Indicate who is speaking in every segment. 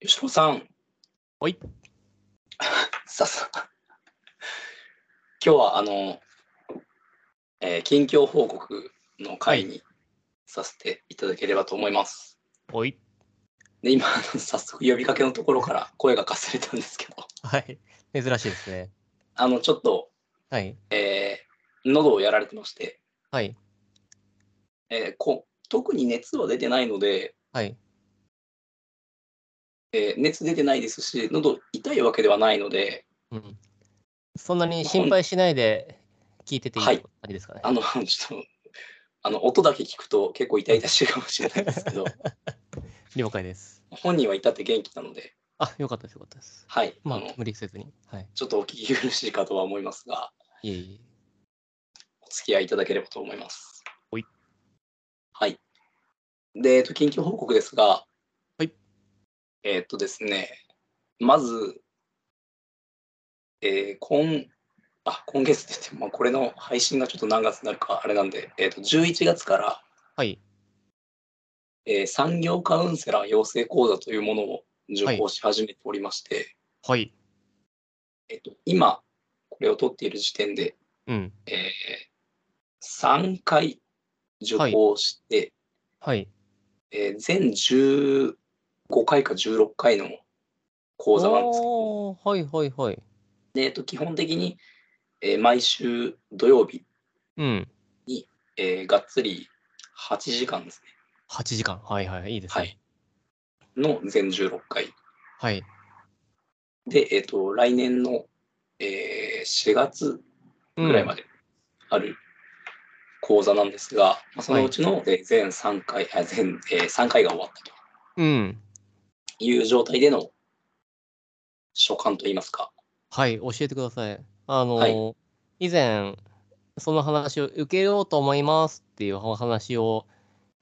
Speaker 1: 吉野さん。
Speaker 2: はい。
Speaker 1: ささ。今日はあの、えー近況報告の回にさせていただければと思います。
Speaker 2: おい。
Speaker 1: で、今、 あの早速呼びかけのところから声がかすれたんですけど、
Speaker 2: はい。珍しいですね。
Speaker 1: あの、ちょっと、
Speaker 2: はい。
Speaker 1: えー喉をやられてまして、
Speaker 2: はい。
Speaker 1: えーこ特に熱は出てないので、
Speaker 2: はい。
Speaker 1: えー熱出てないですし、喉痛いわけではないので、
Speaker 2: うん。そんなに心配しないで聞いてていい
Speaker 1: は
Speaker 2: 感
Speaker 1: い
Speaker 2: じですかね。
Speaker 1: あの、 ちょっと、あの音だけ聞くと結構痛々しいかもしれないですけど、
Speaker 2: 了解です。
Speaker 1: 本人は至って元気なので、
Speaker 2: あ、よかったです。よかったです。
Speaker 1: はい、
Speaker 2: ま
Speaker 1: あ
Speaker 2: あ
Speaker 1: の、
Speaker 2: 無理せずに。はい。
Speaker 1: ちょっとお聞き苦しいかとは思いますが、
Speaker 2: いえい
Speaker 1: お付き合いいただければと思います。
Speaker 2: ほい。
Speaker 1: はい。で、えっと、緊急報告ですが、
Speaker 2: はい。
Speaker 1: えっとですね、まず、えー今、あ、今月って言っても、まあ、これの配信がちょっと何月になるかあれなんで、えっと、11月から、
Speaker 2: え。はい。
Speaker 1: えー産業カウンセラー養成講座というものを受講し始めておりまして、
Speaker 2: はい。
Speaker 1: えっと、今、これを取っている時点で、
Speaker 2: うん。
Speaker 1: えー、3回受講して、
Speaker 2: はい。
Speaker 1: えー全15回か16回の講座なんですけど、
Speaker 2: おーはいはいはい。
Speaker 1: でえっと、基本的に、えー毎週土曜日、
Speaker 2: うん。
Speaker 1: えーがっつり8時間です
Speaker 2: 8時間。はいはい。いいですね。
Speaker 1: ね、の全16回。
Speaker 2: はい。
Speaker 1: で、えっと来年の、え4月ぐらいま
Speaker 2: で。
Speaker 1: である講座なんですが、まあそのうちの、えー全3回、あ全、え3回が終わったと
Speaker 2: うん。
Speaker 1: いう状態での所感といいますか、
Speaker 2: はい。教えてください。あの、
Speaker 1: は
Speaker 2: 以前、その話を受けようと思いますっていうお話を、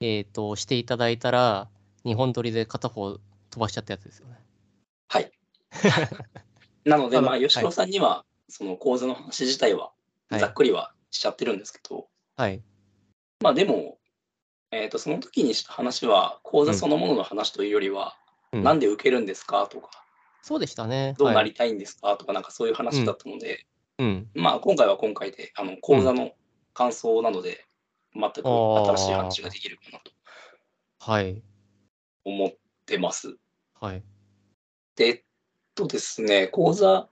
Speaker 2: えっ、と、していただいたら、日本撮りで片方飛ばしちゃったやつですよね。
Speaker 1: はい。なので、
Speaker 2: あの
Speaker 1: まあ、吉野さんには、その講座の話自体は、
Speaker 2: はい
Speaker 1: ざっくりはしちゃってるんですけど、
Speaker 2: はい。
Speaker 1: まあ、でも、えーと、その時にした話は、講座そのものの話というよりは、
Speaker 2: うん
Speaker 1: なんで受けるんですかとか、
Speaker 2: そうでしたね。
Speaker 1: どうな
Speaker 2: はい
Speaker 1: りたいんですかとか、なんかそういう話だったので、
Speaker 2: うん。
Speaker 1: まあ、今回は今回で、あの講座の感想なので、全く新しい話ができるかなと
Speaker 2: はい。
Speaker 1: 思ってます。
Speaker 2: はい。
Speaker 1: で、えっとですね、講座、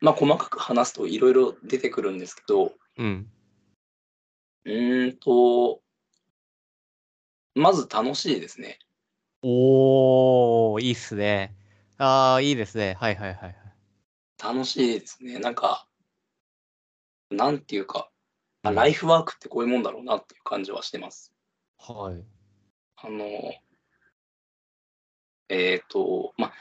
Speaker 1: まあ、細かく話すといろいろ出てくるんですけど、
Speaker 2: うん。
Speaker 1: うーんと、まず楽しいですね。
Speaker 2: おー、いいっすね。あー、いいですね。はいはいはいはい。
Speaker 1: 楽しいですね。なんか、なんていうか、あ
Speaker 2: うん
Speaker 1: ライフワークってこういうもんだろうなっていう感じはしてます。
Speaker 2: はい。
Speaker 1: あの、えっ、と、まあ、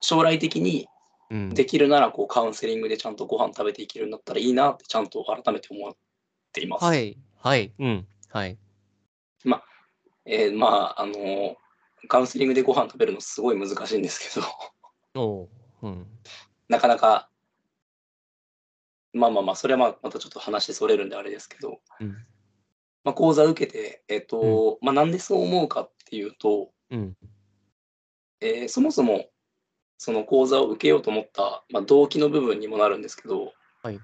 Speaker 1: 将来的に
Speaker 2: うん。
Speaker 1: できるならこうカウンセリングでちゃんとご飯食べていけるようになったらいいなってちゃんと改めて思っています。
Speaker 2: はい。はい。うん。はい。
Speaker 1: えーまあ、あの、カウンセリングでご飯食べるのすごい難しいんですけど、
Speaker 2: おー。うん。
Speaker 1: なかなか、まあまあまあ、それはまあまたちょっと話それるんであれですけど、
Speaker 2: うん。
Speaker 1: まあ、講座受けて、えっ、と、まあ、なんでそう思うかっていうと、
Speaker 2: うん。
Speaker 1: えーそもそも、その講座を受けようと思った、まあ、動機の部分にもなるんですけど、
Speaker 2: はい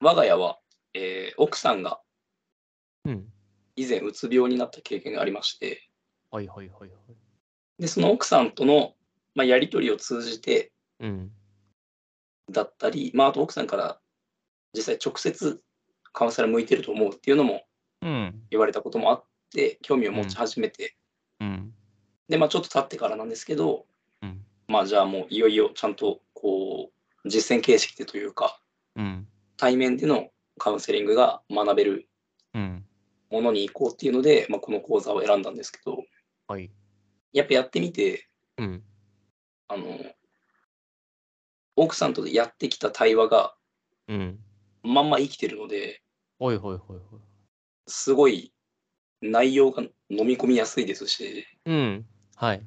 Speaker 1: 我が家は、えー奥さんが
Speaker 2: うん。
Speaker 1: 以前うつ病になった経験がありまして、
Speaker 2: はいはいはいはい。
Speaker 1: で、その奥さんとの、まあ、やり取りを通じて
Speaker 2: うん。
Speaker 1: だったり、まあ、あと奥さんから実際直接カウンセラー向いてると思うっていうのも
Speaker 2: うん。
Speaker 1: 言われたこともあって興味を持ち始めて、
Speaker 2: うん。
Speaker 1: でまあちょっと経ってからなんですけど
Speaker 2: うん。
Speaker 1: まあじゃあもういよいよちゃんとこう実践形式でというか
Speaker 2: うん。
Speaker 1: 対面でのカウンセリングが学べる
Speaker 2: うん。
Speaker 1: ものに行こうっていうので、まあ、この講座を選んだんですけど
Speaker 2: はい。
Speaker 1: やっぱやってみて
Speaker 2: うん。
Speaker 1: あの奥さんとやってきた対話が
Speaker 2: うん。
Speaker 1: まんま生きてるので
Speaker 2: はいはいはいはい。
Speaker 1: すごい内容が飲み込みやすいですし
Speaker 2: うん。はい。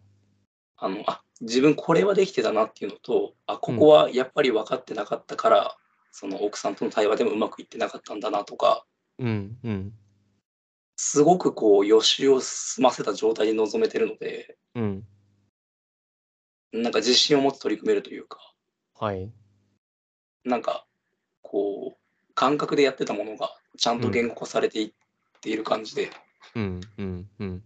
Speaker 1: あのあ自分これはできてたなっていうのとあここはやっぱり分かってなかったから、その奥さんとの対話でもうまくいってなかったんだなとか
Speaker 2: うん。うん。
Speaker 1: すごくこう予習を済ませた状態に臨めてるので、
Speaker 2: うん。
Speaker 1: なんか自信を持って取り組めるというか、
Speaker 2: はい。
Speaker 1: なんかこう感覚でやってたものがちゃんと言語化されていっている感じで
Speaker 2: うん、うん、うん。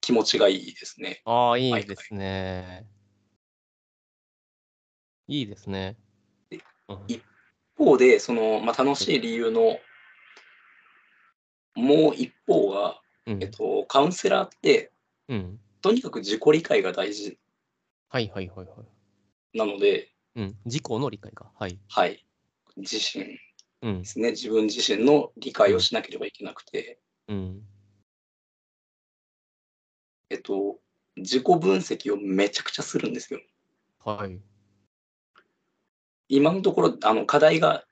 Speaker 1: 気持ちがいいですね。
Speaker 2: ああ、いいですね。いいですね。
Speaker 1: で
Speaker 2: うん
Speaker 1: い一方でその、まあ、楽しい理由のもう一方が、
Speaker 2: うん
Speaker 1: えっと、カウンセラーって
Speaker 2: うん。
Speaker 1: とにかく自己理解が大事
Speaker 2: はいはいはいはい。
Speaker 1: なので、
Speaker 2: うん。自己の理解か。はい。
Speaker 1: はい、自身で
Speaker 2: うん。
Speaker 1: すね自分自身の理解をしなければいけなくて、
Speaker 2: うん。
Speaker 1: えっと、自己分析をめちゃくちゃするんですよ。
Speaker 2: はい。
Speaker 1: 今のところあの課題が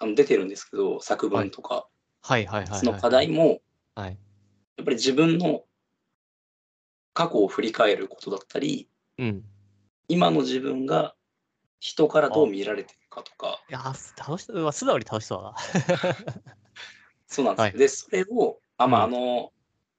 Speaker 1: あの出てるんですけど作文とか、
Speaker 2: はいはいはいはい。
Speaker 1: その課題も
Speaker 2: はい。
Speaker 1: やっぱり自分の過去を振り返ることだったり
Speaker 2: うん。
Speaker 1: 今の自分が人からどう見られてるかとか
Speaker 2: いやー、す楽しそううわ。素直に楽しそうだな。
Speaker 1: そうなんです、
Speaker 2: はい
Speaker 1: でそれをあまああ
Speaker 2: うん
Speaker 1: の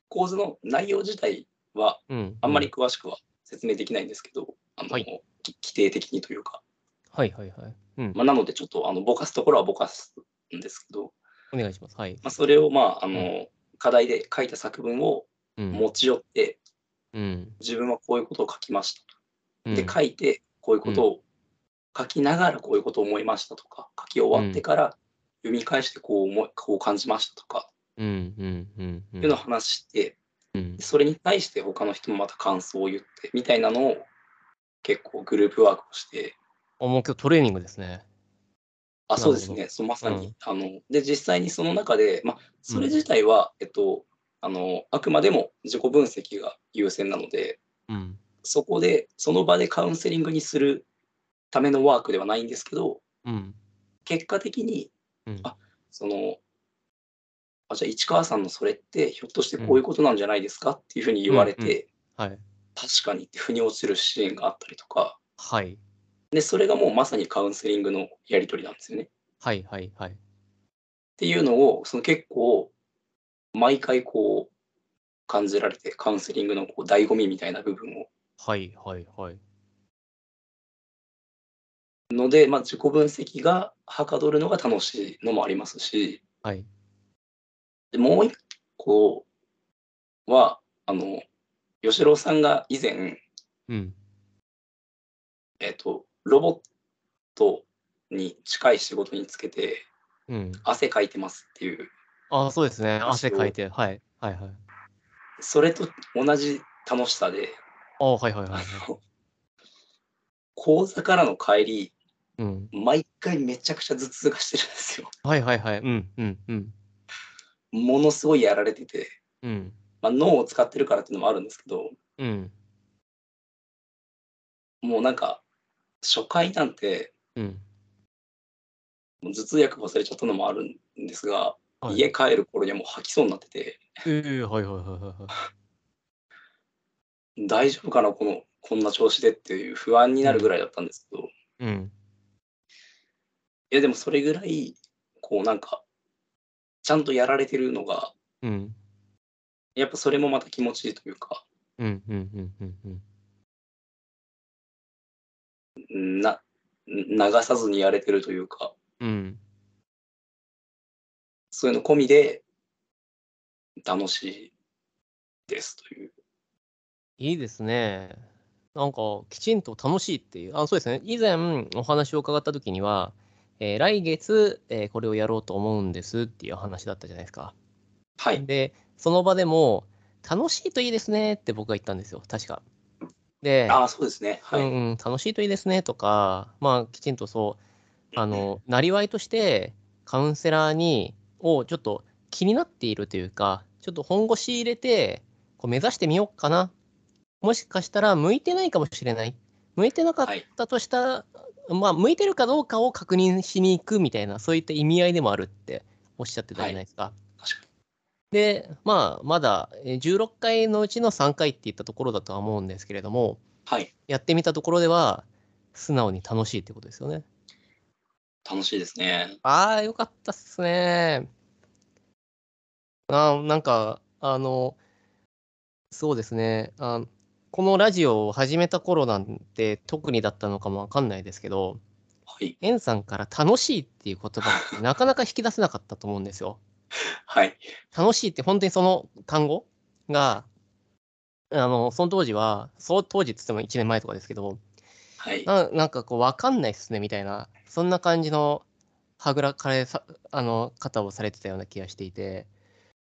Speaker 1: 構図の内容自体は
Speaker 2: うん。
Speaker 1: あんまり。詳しくは説明できないんですけど、あの
Speaker 2: はい
Speaker 1: き規定的にというか、
Speaker 2: はいはいはい。うん。
Speaker 1: まあ、なのでちょっとあのぼかすところはぼかすんですけど、
Speaker 2: お願いします。はい。
Speaker 1: まあ、それをまああ
Speaker 2: う
Speaker 1: の課題で書いた作文を
Speaker 2: うん。
Speaker 1: 持ち寄って
Speaker 2: うん。
Speaker 1: 自分はこういうことを書きました
Speaker 2: うん
Speaker 1: で書いてこういうことを書きながらこういうことを思いましたとか書き終わってから読み返してこう思いこう感じましたとか
Speaker 2: うんうんうんうん。
Speaker 1: いうのを話して
Speaker 2: うん
Speaker 1: それに対して他の人もまた感想を言ってみたいなのを結構グループワークをして
Speaker 2: あ、もう今日トレーニングですね。
Speaker 1: あ
Speaker 2: なる
Speaker 1: そ
Speaker 2: ほ
Speaker 1: う
Speaker 2: ど
Speaker 1: ですねそうまさ
Speaker 2: う
Speaker 1: にあので実際にその中でまあそれ自体はえっとあのあくまでも自己分析が優先なので
Speaker 2: うん。
Speaker 1: そこでその場でカウンセリングにするためのワークではないんですけど
Speaker 2: うん。
Speaker 1: 結果的に
Speaker 2: うん。
Speaker 1: あそのあじゃあ市川さんのそれってひょっとしてこういうことなんじゃないですかっていうふうに言われて、
Speaker 2: うんうんはい。
Speaker 1: 確かにって腑に落ちるシーンがあったりとか
Speaker 2: はい。
Speaker 1: でそれがもうまさにカウンセリングのやり取りなんですよね。っ
Speaker 2: はいはいはい。
Speaker 1: ていうのをその結構毎回こう感じられてカウンセリングのこう醍醐味みたいな部分を
Speaker 2: はいはいはい。
Speaker 1: ので、まあ、自己分析がはかどるのが楽しいのもありますし
Speaker 2: はい。
Speaker 1: でもう一個はあの吉郎さんが以前
Speaker 2: うん。
Speaker 1: えっと、ロボットに近い仕事につけて
Speaker 2: うん。
Speaker 1: 汗かいてますっていう
Speaker 2: あ、そうですね。
Speaker 1: 私を
Speaker 2: 汗かいて。はい。はいはい。
Speaker 1: それと同じ楽しさで
Speaker 2: あ、はいはいはい。
Speaker 1: 講座からの帰り
Speaker 2: うん。
Speaker 1: 毎回めちゃくちゃ頭痛がしてるんですよ
Speaker 2: はいはいはい。うんうんうん。
Speaker 1: ものすごいやられてて、
Speaker 2: うん。
Speaker 1: まあ、脳を使ってるからっていうのもあるんですけど
Speaker 2: うん。
Speaker 1: もうなんか初回なんて
Speaker 2: うん。
Speaker 1: もう頭痛薬忘れちゃったのもあるんですが、
Speaker 2: はい
Speaker 1: 家帰る頃にはもう吐きそうになってて
Speaker 2: ええはいはいはいはいはい。
Speaker 1: 大丈夫かなこのこんな調子でっていう不安になるぐらいだったんですけど、
Speaker 2: うん。
Speaker 1: いやでもそれぐらいこうなんかちゃんとやられてるのが
Speaker 2: うん。
Speaker 1: やっぱそれもまた気持ちいいというか
Speaker 2: うんうんうんうんうん。
Speaker 1: な流さずにやれてるというか
Speaker 2: うん。
Speaker 1: そういうの込みで楽しいですという
Speaker 2: いいですね。なんか、きちんと楽しいっていう。あ、そうですね。以前お話を伺った時には、えー来月、えーこれをやろうと思うんですっていう話だったじゃないですか。
Speaker 1: はい
Speaker 2: で、その場でも、楽しいといいですねって僕が言ったんですよ、確か。で、
Speaker 1: ああそうですねは
Speaker 2: う
Speaker 1: い
Speaker 2: んうん、楽しいといいですねとか、まあ、きちんとそう、あの、なりわいとして、カウンセラーに、をちょっと気になっているというか、ちょっと本腰入れて、こう目指してみようかな。もしかしたら、向いてないかもしれない。向いてなかっ
Speaker 1: はい
Speaker 2: たとしたら、まあ、向いてるかどうかを確認しに行くみたいな、そういった意味合いでもあるっておっしゃってたじゃないですか。
Speaker 1: 確か
Speaker 2: で、まあ、まだえー16回のうちの3回っていったところだとは思うんですけれども、
Speaker 1: はい
Speaker 2: やってみたところでは、素直に楽しいってことですよね。
Speaker 1: 楽しいですね
Speaker 2: ああ、よかったっすね。あーなんか、あの、そうですねあ、このラジオを始めた頃なんて特にだったのかもわかんないですけど、
Speaker 1: はい。
Speaker 2: エンさんから楽しいっていう言葉ってなかなか引き出せなかったと思うんですよ。
Speaker 1: はい。
Speaker 2: 楽しいって本当にその単語が、あの、その当時は、そう当時っつっても1年前とかですけど、
Speaker 1: はい。
Speaker 2: ななんかこう、わかんないっすねみたいな、そんな感じのはぐらかれさ、あの、方をされてたような気がしていて、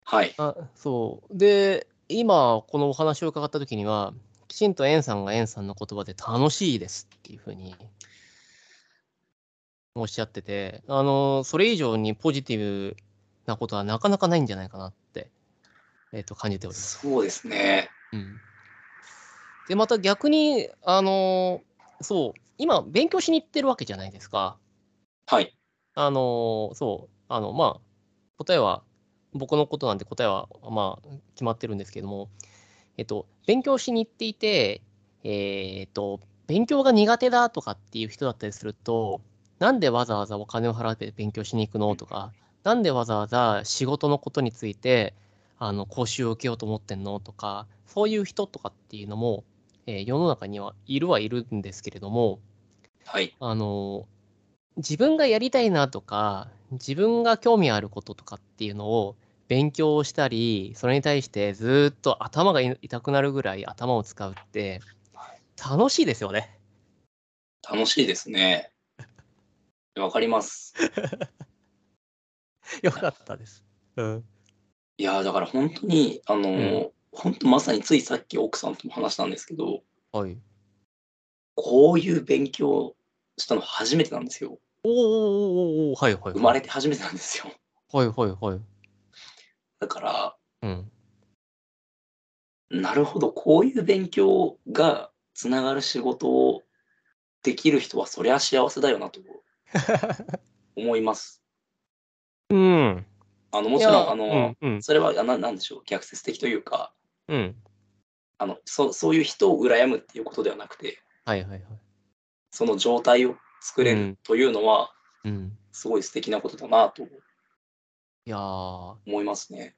Speaker 1: はい。
Speaker 2: あそう。で、今、このお話を伺った時には、きちんとエンさんがエンさんの言葉で楽しいですっていうふうにおっしゃってて、あの、それ以上にポジティブなことはなかなかないんじゃないかなって、えっと、感じております。
Speaker 1: そうですね。
Speaker 2: うん、で、また逆に、あの、そう、今、勉強しに行ってるわけじゃないですか。
Speaker 1: はい。
Speaker 2: あのーそう、あの、まあ、答えは、僕のことなんで答えは、まあ、決まってるんですけども、えっと、勉強しに行っていて、えーっと、勉強が苦手だとかっていう人だったりすると、なんでわざわざお金を払って勉強しに行くのとか、なんでわざわざ仕事のことについて、あの、講習を受けようと思ってんのとか、そういう人とかっていうのも、えー世の中にはいるはいるんですけれども、
Speaker 1: はい。
Speaker 2: あの自分がやりたいなとか自分が興味あることとかっていうのを勉強したりそれに対してずーっと頭がい痛くなるぐらい頭を使うって楽しいですよね。
Speaker 1: 楽しいですね。わかります。
Speaker 2: よかったです。うん、
Speaker 1: いやーだから本当に、あのー本当まさについさっき奥さんとも話したんですけど、
Speaker 2: はい。
Speaker 1: こういう勉強したの初めてなんですよ。
Speaker 2: おーおーおーおーおーはいはい。
Speaker 1: 生まれて初めてなんですよ。
Speaker 2: はいはいはい。
Speaker 1: だから、
Speaker 2: うん。
Speaker 1: なるほど、こういう勉強がつながる仕事をできる人は、そりゃ幸せだよな と思います。
Speaker 2: うん。
Speaker 1: あのもちろ
Speaker 2: い
Speaker 1: ん、
Speaker 2: や
Speaker 1: あの、
Speaker 2: うんうん
Speaker 1: それはあななんでしょう、逆説的というか
Speaker 2: うん。
Speaker 1: あのそ、そういう人を羨むっていうことではなくて、
Speaker 2: はいはいはい。
Speaker 1: その状態を作れ
Speaker 2: うん
Speaker 1: るというのは、
Speaker 2: うん。
Speaker 1: すごい素敵なことだなと
Speaker 2: いやー
Speaker 1: 思いますね。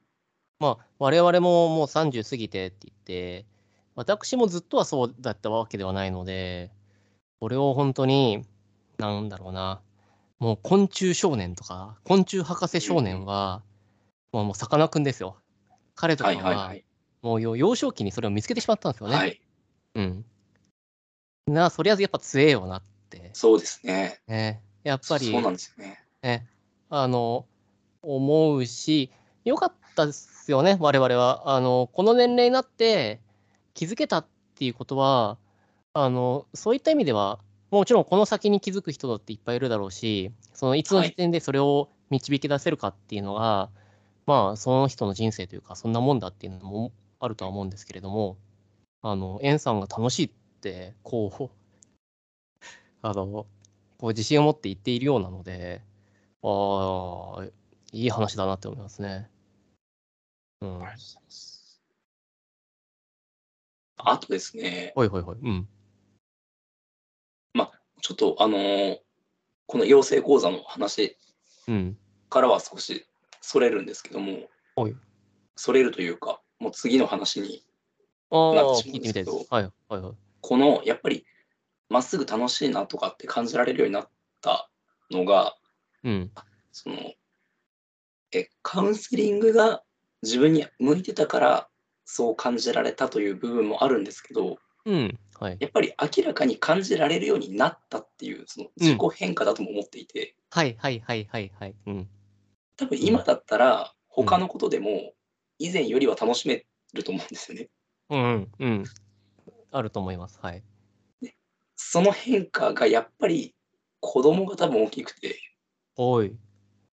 Speaker 2: まあ、我々ももう30過ぎてって言って、私もずっとはそうだったわけではないので、これを本当に、なんだろうな、もう昆虫少年とか、昆虫博士少年は、まあもうさかなクンですよ。彼とか
Speaker 1: はい
Speaker 2: は、
Speaker 1: はいはい。
Speaker 2: もうよ幼少期にそれを見つけてしまったんですよね。
Speaker 1: はい、
Speaker 2: うん。なあ、そりゃやっぱ強えよなって。
Speaker 1: そうですね。
Speaker 2: ね、やっぱり、
Speaker 1: そうなんですよね。
Speaker 2: ね、あの思うし良かったですよね我々はあのこの年齢になって気づけたっていうことはあのそういった意味ではもちろんこの先に気づく人だっていっぱいいるだろうしそのいつの時点でそれを導き出せるかっていうのが、まあその人の人生というかそんなもんだっていうのもあるとは思うんですけれどもあの円さんが楽しいってこうあのこう自信を持って言っているようなのでああ、いい話だなって思いますね。うん。はい
Speaker 1: あとですね、
Speaker 2: はいはい。うん。
Speaker 1: ちょっとあのーこの養成講座の話
Speaker 2: うん。
Speaker 1: からは少しそれるんですけども、
Speaker 2: はい
Speaker 1: それるというか、もう次の話に、
Speaker 2: ああ
Speaker 1: なっ、てしま
Speaker 2: 聞
Speaker 1: う
Speaker 2: い
Speaker 1: んですけ
Speaker 2: てみたいで
Speaker 1: ど
Speaker 2: す。はいはいはい。
Speaker 1: このやっぱりまっすぐ楽しいなとかって感じられるようになったのが、
Speaker 2: うん。
Speaker 1: そのえカウンセリングが自分に向いてたからそう感じられたという部分もあるんですけど、
Speaker 2: うん。はい。
Speaker 1: やっぱり明らかに感じられるようになったっていう、その自己変化だとも思っていて、
Speaker 2: はいはいはいはいはい。うん。
Speaker 1: 多分今だったら他のことでも以前よりは楽しめると思うんですよね。
Speaker 2: うん。うん。あると思います。はい。
Speaker 1: その変化がやっぱり子供が多分大きくて
Speaker 2: おい。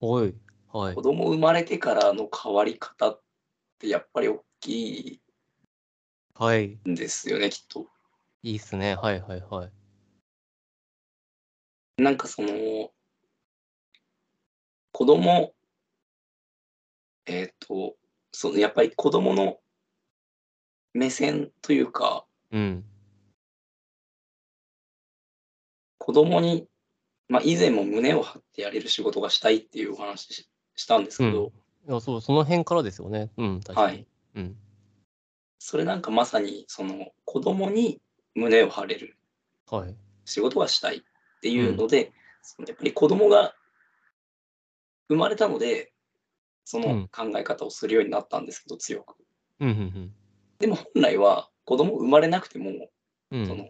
Speaker 2: おい。はい
Speaker 1: 子。供生まれてからの変わり方ってやっぱり大き
Speaker 2: はい。
Speaker 1: いんですよねきっと。
Speaker 2: いいっすね。はいはいはい。
Speaker 1: なんかその子供えっ、とそのやっぱり子供の目線というか
Speaker 2: うん。
Speaker 1: 子供に、まあ、以前も胸を張ってやれる仕事がしたいっていうお話ししたんですけど、
Speaker 2: いやそうその辺からですよね。うん、確かに。
Speaker 1: はい
Speaker 2: うん、
Speaker 1: それなんかまさにその子供に胸を張れる
Speaker 2: はい。
Speaker 1: 仕事がしたいっていうので、そのやっぱり子供が生まれたのでその考え方をするようになったんですけど強く。
Speaker 2: うんうん
Speaker 1: でも本来は子供生まれなくても、
Speaker 2: うん。うん
Speaker 1: その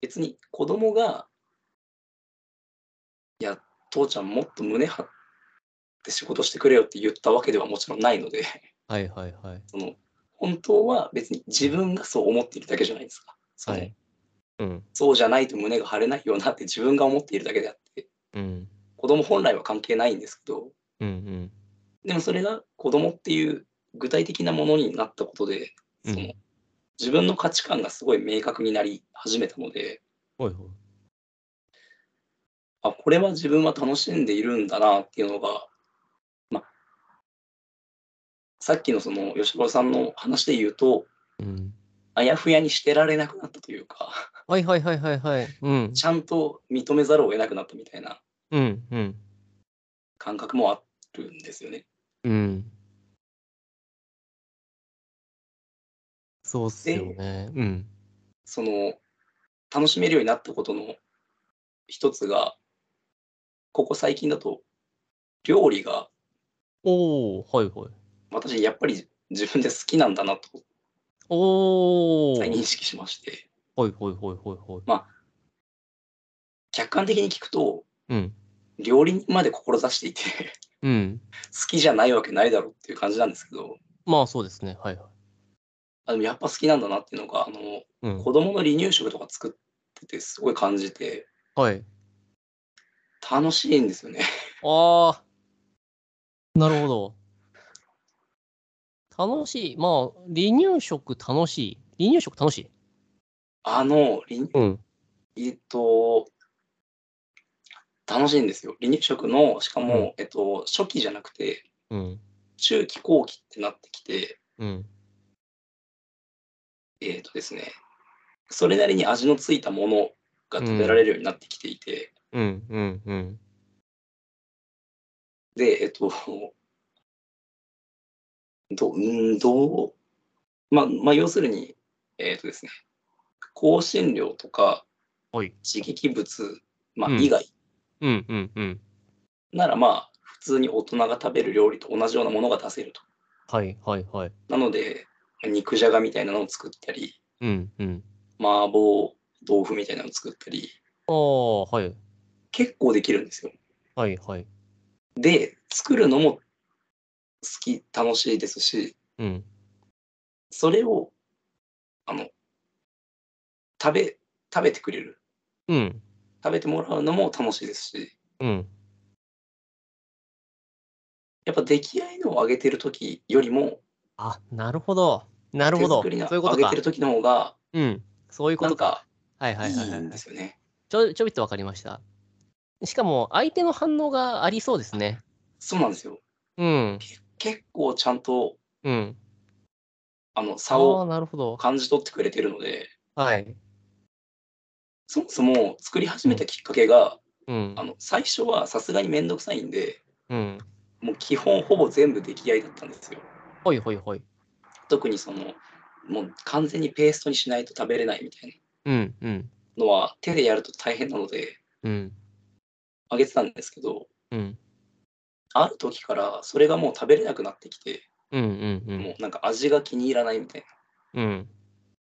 Speaker 1: 別に子供が「いや父ちゃんもっと胸張って仕事してくれよ」って言ったわけではもちろんないので
Speaker 2: はいはいはい。
Speaker 1: その本当は別に自分がそう思っているだけじゃないですか。その
Speaker 2: はい。うん。
Speaker 1: そうじゃないと胸が張れないよなって自分が思っているだけであって
Speaker 2: うん。
Speaker 1: 子供本来は関係ないんですけど
Speaker 2: うんうん。
Speaker 1: でもそれが子供っていう具体的なものになったことで
Speaker 2: うん
Speaker 1: その自分の価値観がすごい明確になり始めたので
Speaker 2: ほいほい。
Speaker 1: あこれは自分は楽しんでいるんだなっていうのが、まあ、さっきのその吉村さんの話で言うと
Speaker 2: うん。
Speaker 1: あやふやにしてられなくなったというか
Speaker 2: はいはいはいはいはい。うん。
Speaker 1: ちゃんと認めざるを得なくなったみたいな
Speaker 2: うんうん。
Speaker 1: 感覚もあるんですよね。
Speaker 2: うん。そうっすよね。うん。
Speaker 1: その楽しめるようになったことの一つがここ最近だと料理が
Speaker 2: おおはいはい。
Speaker 1: 私やっぱり自分で好きなんだなと
Speaker 2: おおは
Speaker 1: 再
Speaker 2: い
Speaker 1: 認識しまして
Speaker 2: はいはいはいはい。
Speaker 1: 客観的に聞くと
Speaker 2: うん。
Speaker 1: 料理人まで志していて
Speaker 2: うん。
Speaker 1: 好きじゃないわけないだろうっていう感じなんですけど
Speaker 2: まあそうですね。はいはい。
Speaker 1: あのやっぱ好きなんだなっていうのがあの
Speaker 2: うん
Speaker 1: 子。供の離乳食とか作っててすごい感じて
Speaker 2: はい。
Speaker 1: 楽しいんですよね。
Speaker 2: ああ。なるほど。楽しい。まあ、離乳食楽しい。離乳食楽しい。
Speaker 1: あの離
Speaker 2: うん。
Speaker 1: えっと、楽しいんですよ。離乳食の、しかも、
Speaker 2: うん
Speaker 1: えっと、初期じゃなくて、
Speaker 2: うん。
Speaker 1: 中期後期ってなってきて、
Speaker 2: うん。
Speaker 1: えっとですね、それなりに味のついたものが食べられるようになってきていて、
Speaker 2: うん。うん。うん。
Speaker 1: で、えっと、 ど、うんどう、まあ、まあ、要するに、えっとですね、香辛料とか
Speaker 2: はい。
Speaker 1: 刺激物、まあ、
Speaker 2: うん
Speaker 1: 以外
Speaker 2: うん。うん。うん。
Speaker 1: なら、まあ、普通に大人が食べる料理と同じようなものが出せると。
Speaker 2: はい。はい。はい。
Speaker 1: なので、肉じゃがみたいなのを作ったり、
Speaker 2: うん。うん。
Speaker 1: 麻婆豆腐みたいなのを作ったり、
Speaker 2: ああ、はい。
Speaker 1: 結構できるんですよ。
Speaker 2: はい。はい。
Speaker 1: で、作るのも好き、楽しいですし、
Speaker 2: うん。
Speaker 1: それを、あの、食べ、食べてくれる。
Speaker 2: うん。
Speaker 1: 食べてもらうのも楽しいですし、
Speaker 2: うん。
Speaker 1: やっぱ出来合いのを上げてる時よりも、
Speaker 2: あ、なるほど。なる
Speaker 1: 手
Speaker 2: ほど。
Speaker 1: 作
Speaker 2: そう
Speaker 1: り
Speaker 2: い
Speaker 1: の
Speaker 2: うこ
Speaker 1: 上
Speaker 2: と
Speaker 1: げ
Speaker 2: か
Speaker 1: てる。時の方が、
Speaker 2: うん。そういうこ
Speaker 1: なん
Speaker 2: とか。
Speaker 1: か
Speaker 2: はいはいいはい
Speaker 1: い
Speaker 2: はい
Speaker 1: ん
Speaker 2: は
Speaker 1: で
Speaker 2: い。
Speaker 1: すよね。
Speaker 2: ちょ、ちょびっとわかりました。しかも、相手の反応がありそうですね。
Speaker 1: そうなんですよ。
Speaker 2: うん。
Speaker 1: 結構ちゃんと、
Speaker 2: うん。
Speaker 1: あの、差
Speaker 2: ああ、
Speaker 1: を
Speaker 2: なるほど。
Speaker 1: 感じ取ってくれてるので、
Speaker 2: はい。
Speaker 1: そもそも作り始めたきっかけが、
Speaker 2: うん
Speaker 1: あ。の最初はさすがに面倒くさいんで、
Speaker 2: うん。
Speaker 1: もう基本ほぼ全部出来合いだったんですよ。
Speaker 2: ほいほいほい。
Speaker 1: 特にその、もう完全にペーストにしないと食べれないみたい
Speaker 2: うんうん。
Speaker 1: なのは手でやると大変なので、
Speaker 2: うん。
Speaker 1: あげてたんですけど、
Speaker 2: うん。
Speaker 1: ある時からそれがもう食べれなくなってきて、
Speaker 2: うんうんう
Speaker 1: も
Speaker 2: ん。
Speaker 1: うなんか味が気に入らないみたい
Speaker 2: うん。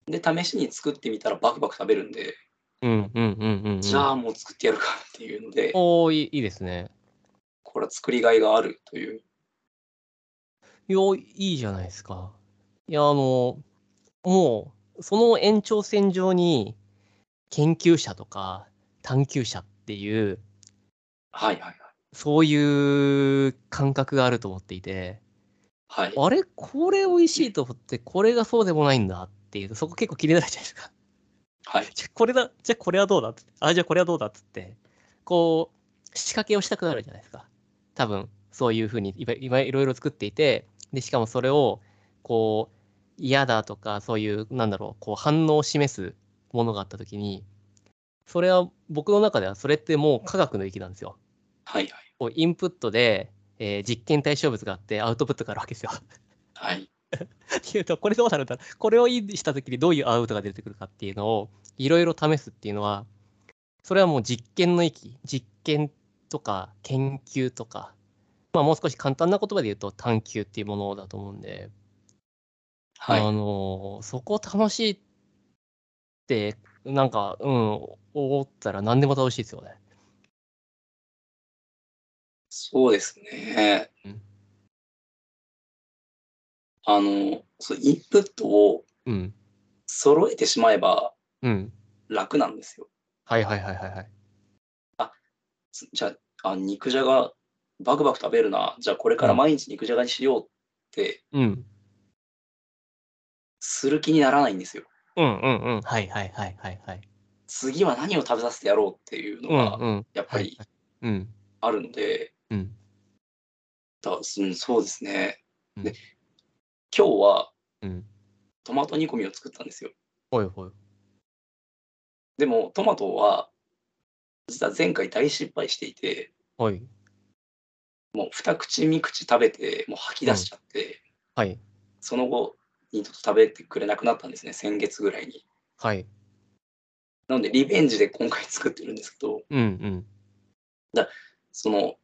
Speaker 1: な。で、試しに作ってみたらバクバク食べるんで、
Speaker 2: うんうんうんうん。
Speaker 1: じゃあもう作ってやるかっていうので、
Speaker 2: おーいいいいですね。
Speaker 1: これは作りがいがあるという。
Speaker 2: いや、いいじゃないですか。いや、あの、もう、その延長線上に、研究者とか探求者っていう、
Speaker 1: はいはい
Speaker 2: そういう感覚があると思っていて、
Speaker 1: はい。はい、
Speaker 2: あれこれ美味しいと思って、これがそうでもないんだっていう、そこ結構気になるじゃないですか。
Speaker 1: はい、
Speaker 2: じゃあこれだ、じゃあこれはどうだっつって、あ、じゃあこれはどうだっつって、こう、仕掛けをしたくなるじゃないですか。多分、そういうふうにいわいわいろいろ作っていて、で、しかもそれを、こう、嫌だとか、そういう、なんだろう、こう、反応を示すものがあったときに、それは、僕の中では、それってもう科学の域なんですよ。
Speaker 1: はいはい。
Speaker 2: こうインプットで、えー実験対象物があってアウトプットがあるわけですよ。
Speaker 1: はい。
Speaker 2: っていうとこれどうなるんだろうこれをインした時にどういうアウトが出てくるかっていうのをいろいろ試すっていうのはそれはもう実験の域実験とか研究とか、まあ、もう少し簡単な言葉で言うと探求っていうものだと思うんで、
Speaker 1: はい。
Speaker 2: あのーそこ楽しいってなんかうん思ったら何でも楽しいですよね。
Speaker 1: そうですね
Speaker 2: うん。
Speaker 1: あの、そうインプットを
Speaker 2: うん
Speaker 1: 揃えてしまえば
Speaker 2: うん
Speaker 1: 楽なんですよ。
Speaker 2: はいはいはいはいはい。
Speaker 1: すじゃあ、あ肉じゃがバクバク食べるな。じゃあ、これから毎日肉じゃがにしようって
Speaker 2: うん
Speaker 1: する気にならないんですよ。
Speaker 2: うんうんうんはいはいはいはいはい。
Speaker 1: 次は何を食べさせてやろうっていうの
Speaker 2: うん
Speaker 1: が、
Speaker 2: うん
Speaker 1: やっぱり
Speaker 2: うん
Speaker 1: あるので、
Speaker 2: うん
Speaker 1: だうん、そうですね。
Speaker 2: うん
Speaker 1: で、今日は
Speaker 2: うん。
Speaker 1: トマト煮込みを作ったんですよ。
Speaker 2: ほいほい。
Speaker 1: でも、トマトは、実は前回大失敗していて、
Speaker 2: ほい。
Speaker 1: もう二口三口食べてもう吐き出しちゃって、
Speaker 2: はい。
Speaker 1: その後二度と食べてくれなくなったんですね先月ぐらいに
Speaker 2: はい。
Speaker 1: なのでリベンジで今回作ってるんですけど
Speaker 2: うんうん。
Speaker 1: その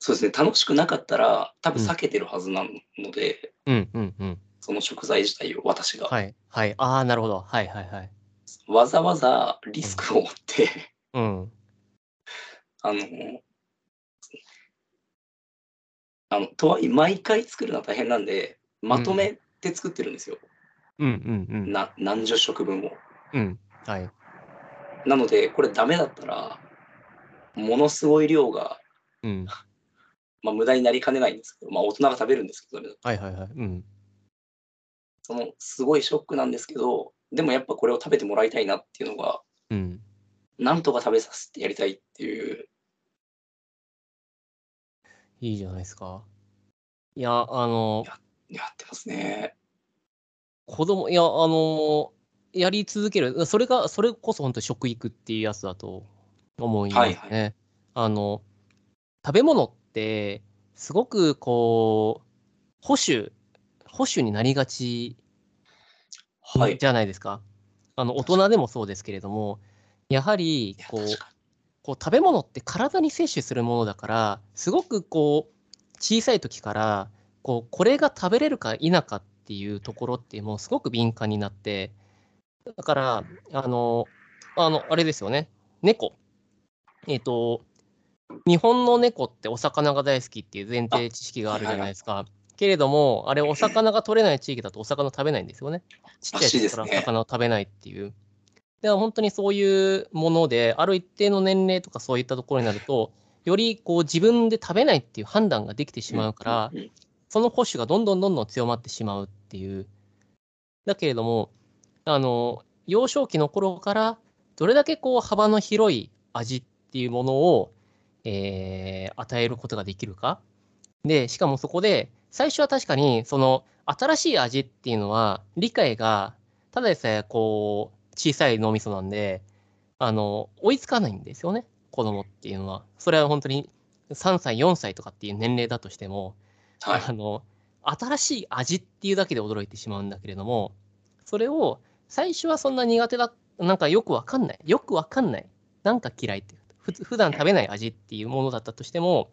Speaker 1: そうですね楽しくなかったら多分避けてるはずなので、
Speaker 2: うんうんうん。
Speaker 1: その食材自体を私が、
Speaker 2: はい。はい。ああ、なるほど。はいはいはい。
Speaker 1: わざわざリスクを負って、
Speaker 2: うん。
Speaker 1: あのあのとはいえ毎回作るのは大変なんでまとめて作ってるんですよ、
Speaker 2: うんうんうん。
Speaker 1: な何十食分を
Speaker 2: うん。はい。
Speaker 1: なので、これダメだったら、ものすごい量が、
Speaker 2: うん。
Speaker 1: まあ、無駄になりかねないんですけど、まあ、大人が食べるんですけど、ダメだ
Speaker 2: はいはいはい。うん。
Speaker 1: そのすごいショックなんですけど、でもやっぱこれを食べてもらいたいなっていうのが、
Speaker 2: うん。
Speaker 1: なんとか食べさせてやりたいっていう、
Speaker 2: いいじゃないですか。いや、あの、
Speaker 1: やってますね。
Speaker 2: 子供、いや、あの、やり続ける。それが、それこそ本当に食育っていうやつだと思いますね。
Speaker 1: はい
Speaker 2: あの、食べ物って、すごくこう、保守、保守になりがち
Speaker 1: はい。
Speaker 2: じゃないですか。あの大
Speaker 1: 確かに
Speaker 2: 人でもそうですけれども、やはり
Speaker 1: いや
Speaker 2: こう
Speaker 1: 確か
Speaker 2: こう食べ物って体に摂取するものだから、すごくこう小さい時からこうこれが食べれるか否かっていうところってもうすごく敏感になって、だからあのあのあれですよね、猫。えっ、と日本の猫ってお魚が大好きっていう前提知識があるじゃないですか。けれども、あれ、お魚が取れない地域だとお魚食べないんですよね。ちっちゃい時からお魚を食べないっていう。だから本当にそういうもので、ある一定の年齢とかそういったところになると、よりこう自分で食べないっていう判断ができてしまうから、
Speaker 1: に。うん
Speaker 2: その保守がどんどんどんどん強まってしまうっていう。だけれども、あの、幼少期の頃から、どれだけこう幅の広い味っていうものを、えー与えることができるか。で、しかもそこで、最初は確かに、その、新しい味っていうのは、理解が、ただでさえ、こう、小さい脳みそなんで、あの、追いつかないんですよね、子供っていうのは。それは本当に、3歳、4歳とかっていう年齢だとしても、
Speaker 1: はい。
Speaker 2: あの新しい味っていうだけで驚いてしまうんだけれどもそれを最初はそんな苦手だなんかよくわかんないよくわかんないなんか嫌いっていうふつ普段食べない味っていうものだったとしても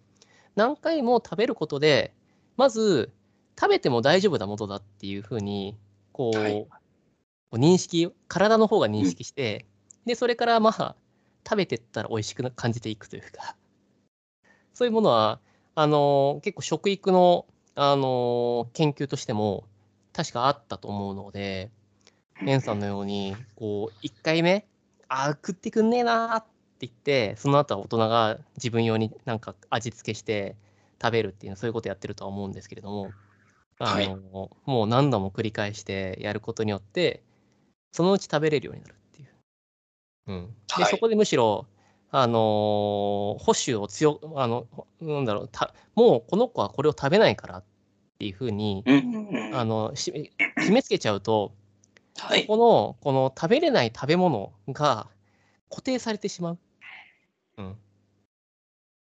Speaker 2: 何回も食べることでまず食べても大丈夫なものだっていうふうにこう、
Speaker 1: はい
Speaker 2: 認識体の方が認識して、でそれからまあ食べてったら美味しくな感じていくというかそういうものはあの結構食育の、あの研究としても確かあったと思うのでエンさんのようにこう1回目あー食ってくんねえなーって言ってその後は大人が自分用になんか味付けして食べるっていうそういうことやってるとは思うんですけれどもあの、
Speaker 1: はい
Speaker 2: もう何度も繰り返してやることによってそのうち食べれるようになるっていう。うん、で
Speaker 1: はい
Speaker 2: そこでむしろあのー保守を強あのなんだろうたもうこの子はこれを食べないからっていうふうに、
Speaker 1: うんうんうん
Speaker 2: あのし決めつけちゃうと
Speaker 1: はい。
Speaker 2: このこの食べれない食べ物が固定されてしまう。うん。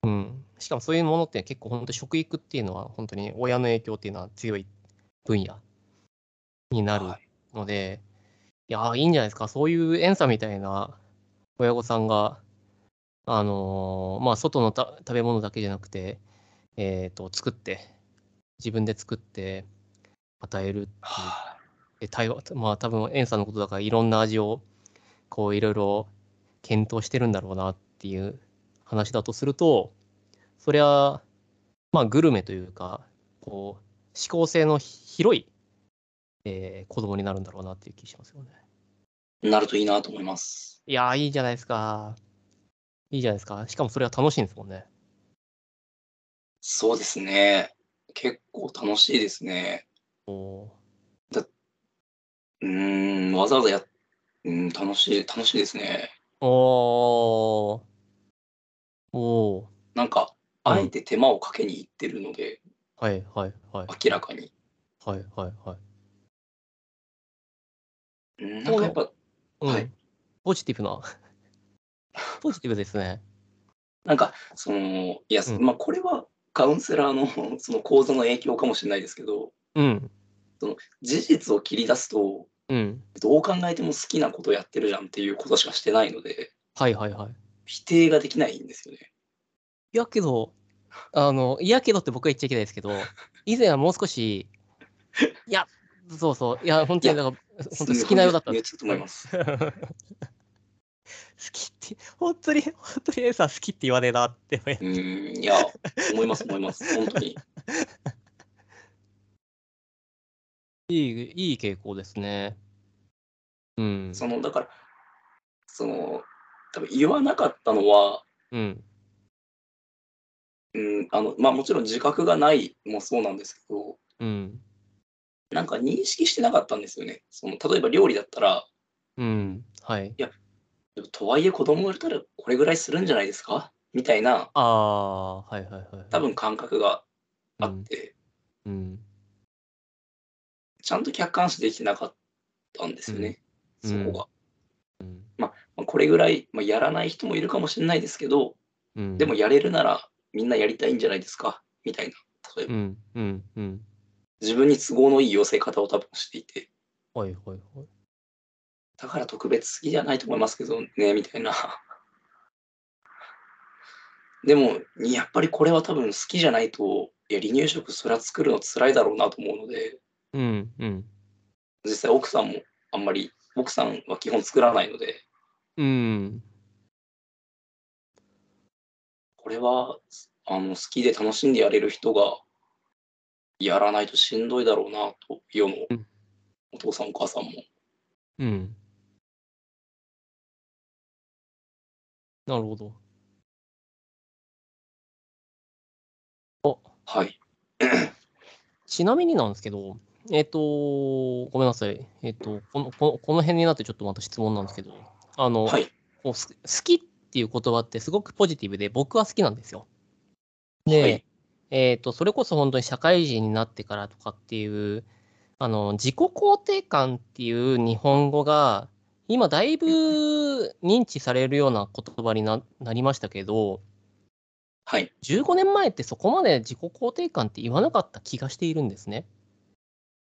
Speaker 2: うん、しかもそういうものって結構本当食育っていうのは本当に親の影響っていうのは強い分野になる
Speaker 1: はい
Speaker 2: ので、い、やーいいんじゃないですかそういうエンサみたいな親御さんがあのーまあ外のた食べ物だけじゃなくてえっ、と作って自分で作って与えるっていう
Speaker 1: は
Speaker 2: で台湾まあ多分エンさんのことだからいろんな味をこういろいろ検討してるんだろうなっていう話だとするとそりゃまあグルメというかこう思考性の広い、えー子供になるんだろうなっていう気しますよね。
Speaker 1: いなるといいなと思います。
Speaker 2: いやーいいじゃないですか。いいじゃないですか。しかもそれは楽しいんですもんね。
Speaker 1: そうですね。結構楽しいですね。
Speaker 2: おー
Speaker 1: うーん、わざわざやっ、うん、楽しい、楽しいですね。
Speaker 2: おーおー
Speaker 1: なんか、
Speaker 2: うん
Speaker 1: あえて手間をかけに行ってるので、
Speaker 2: はいはいはい
Speaker 1: 明らかに。
Speaker 2: はいはいはい。
Speaker 1: うんなんかやっぱ、
Speaker 2: うん
Speaker 1: はい
Speaker 2: ポジティ ブな。ポジティブですね。
Speaker 1: なんか、その、いや、
Speaker 2: うん
Speaker 1: まあ、これはカウンセラーの その講座の影響かもしれないですけど、
Speaker 2: うん。
Speaker 1: 事実を切り出すと、
Speaker 2: うん。
Speaker 1: どう考えても好きなことやってるじゃんっていうことしかしてないので、
Speaker 2: はいはいはい。
Speaker 1: 否定ができないんですよね。
Speaker 2: いやけど、あの、いやけどって僕は言っちゃいけないですけ ど、以前はもう少し、いや、そうそう、いや、本当に、
Speaker 1: い
Speaker 2: だから、本当好きなようだったん
Speaker 1: 言っ
Speaker 2: です。
Speaker 1: と思います。
Speaker 2: 好きって、本当に、本当に A さん好きって言わねえなって 思
Speaker 1: う
Speaker 2: い。
Speaker 1: ーん、いや、思います、思います。本当 に。
Speaker 2: いい、いい傾向ですね。うん。
Speaker 1: その、だから、その、多分言わなかったのは、
Speaker 2: うん。
Speaker 1: うん、あの、まあもちろん自覚がないもそうなんですけど、
Speaker 2: うん。
Speaker 1: なんか認識してなかったんですよね。その、例えば料理だったら、
Speaker 2: うん。はい。
Speaker 1: とはいえ子供がいたらこれぐらいするんじゃないですかみたいな、
Speaker 2: ああ、はいはいはいはい。
Speaker 1: 多分感覚があって、
Speaker 2: うん。
Speaker 1: ちゃんと客観視できてなかったんですよね、
Speaker 2: うん
Speaker 1: そこが。
Speaker 2: うん。
Speaker 1: まあ、これぐらい、まあ、やらない人もいるかもしれないですけど、
Speaker 2: うん。
Speaker 1: でもやれるならみんなやりたいんじゃないですかみたいな。例えば、
Speaker 2: うん。うん。うん。
Speaker 1: 自分に都合のいい寄せ方を多分していて、
Speaker 2: はいはいはい。
Speaker 1: だから特別好きじゃないと思いますけどね、みたいな。 でも、やっぱりこれは多分好きじゃないと、いや、離乳食それは作るの辛いだろうなと思うので、
Speaker 2: うんうん。
Speaker 1: 実際奥さんもあんまり、奥さんは基本作らないので、
Speaker 2: うん。
Speaker 1: これは、あの、好きで楽しんでやれる人が、やらないとしんどいだろうなと、世の
Speaker 2: うん
Speaker 1: お父さんお母さんも。
Speaker 2: うん。なるほど。
Speaker 1: はい。
Speaker 2: ちなみになんですけど、えっ、と、ごめんなさい。えっ、とこのこの、この辺になってちょっとまた質問なんですけど、あの、
Speaker 1: はい。
Speaker 2: こうす好きっていう言葉ってすごくポジティブで、僕は好きなんですよ。で、
Speaker 1: はい
Speaker 2: えっ、と、それこそ本当に社会人になってからとかっていう、あの、自己肯定感っていう日本語が、今だいぶ認知されるような言葉にななりましたけど、
Speaker 1: はい。
Speaker 2: 15年前ってそこまで自己肯定感って言わなかった気がしているんですね。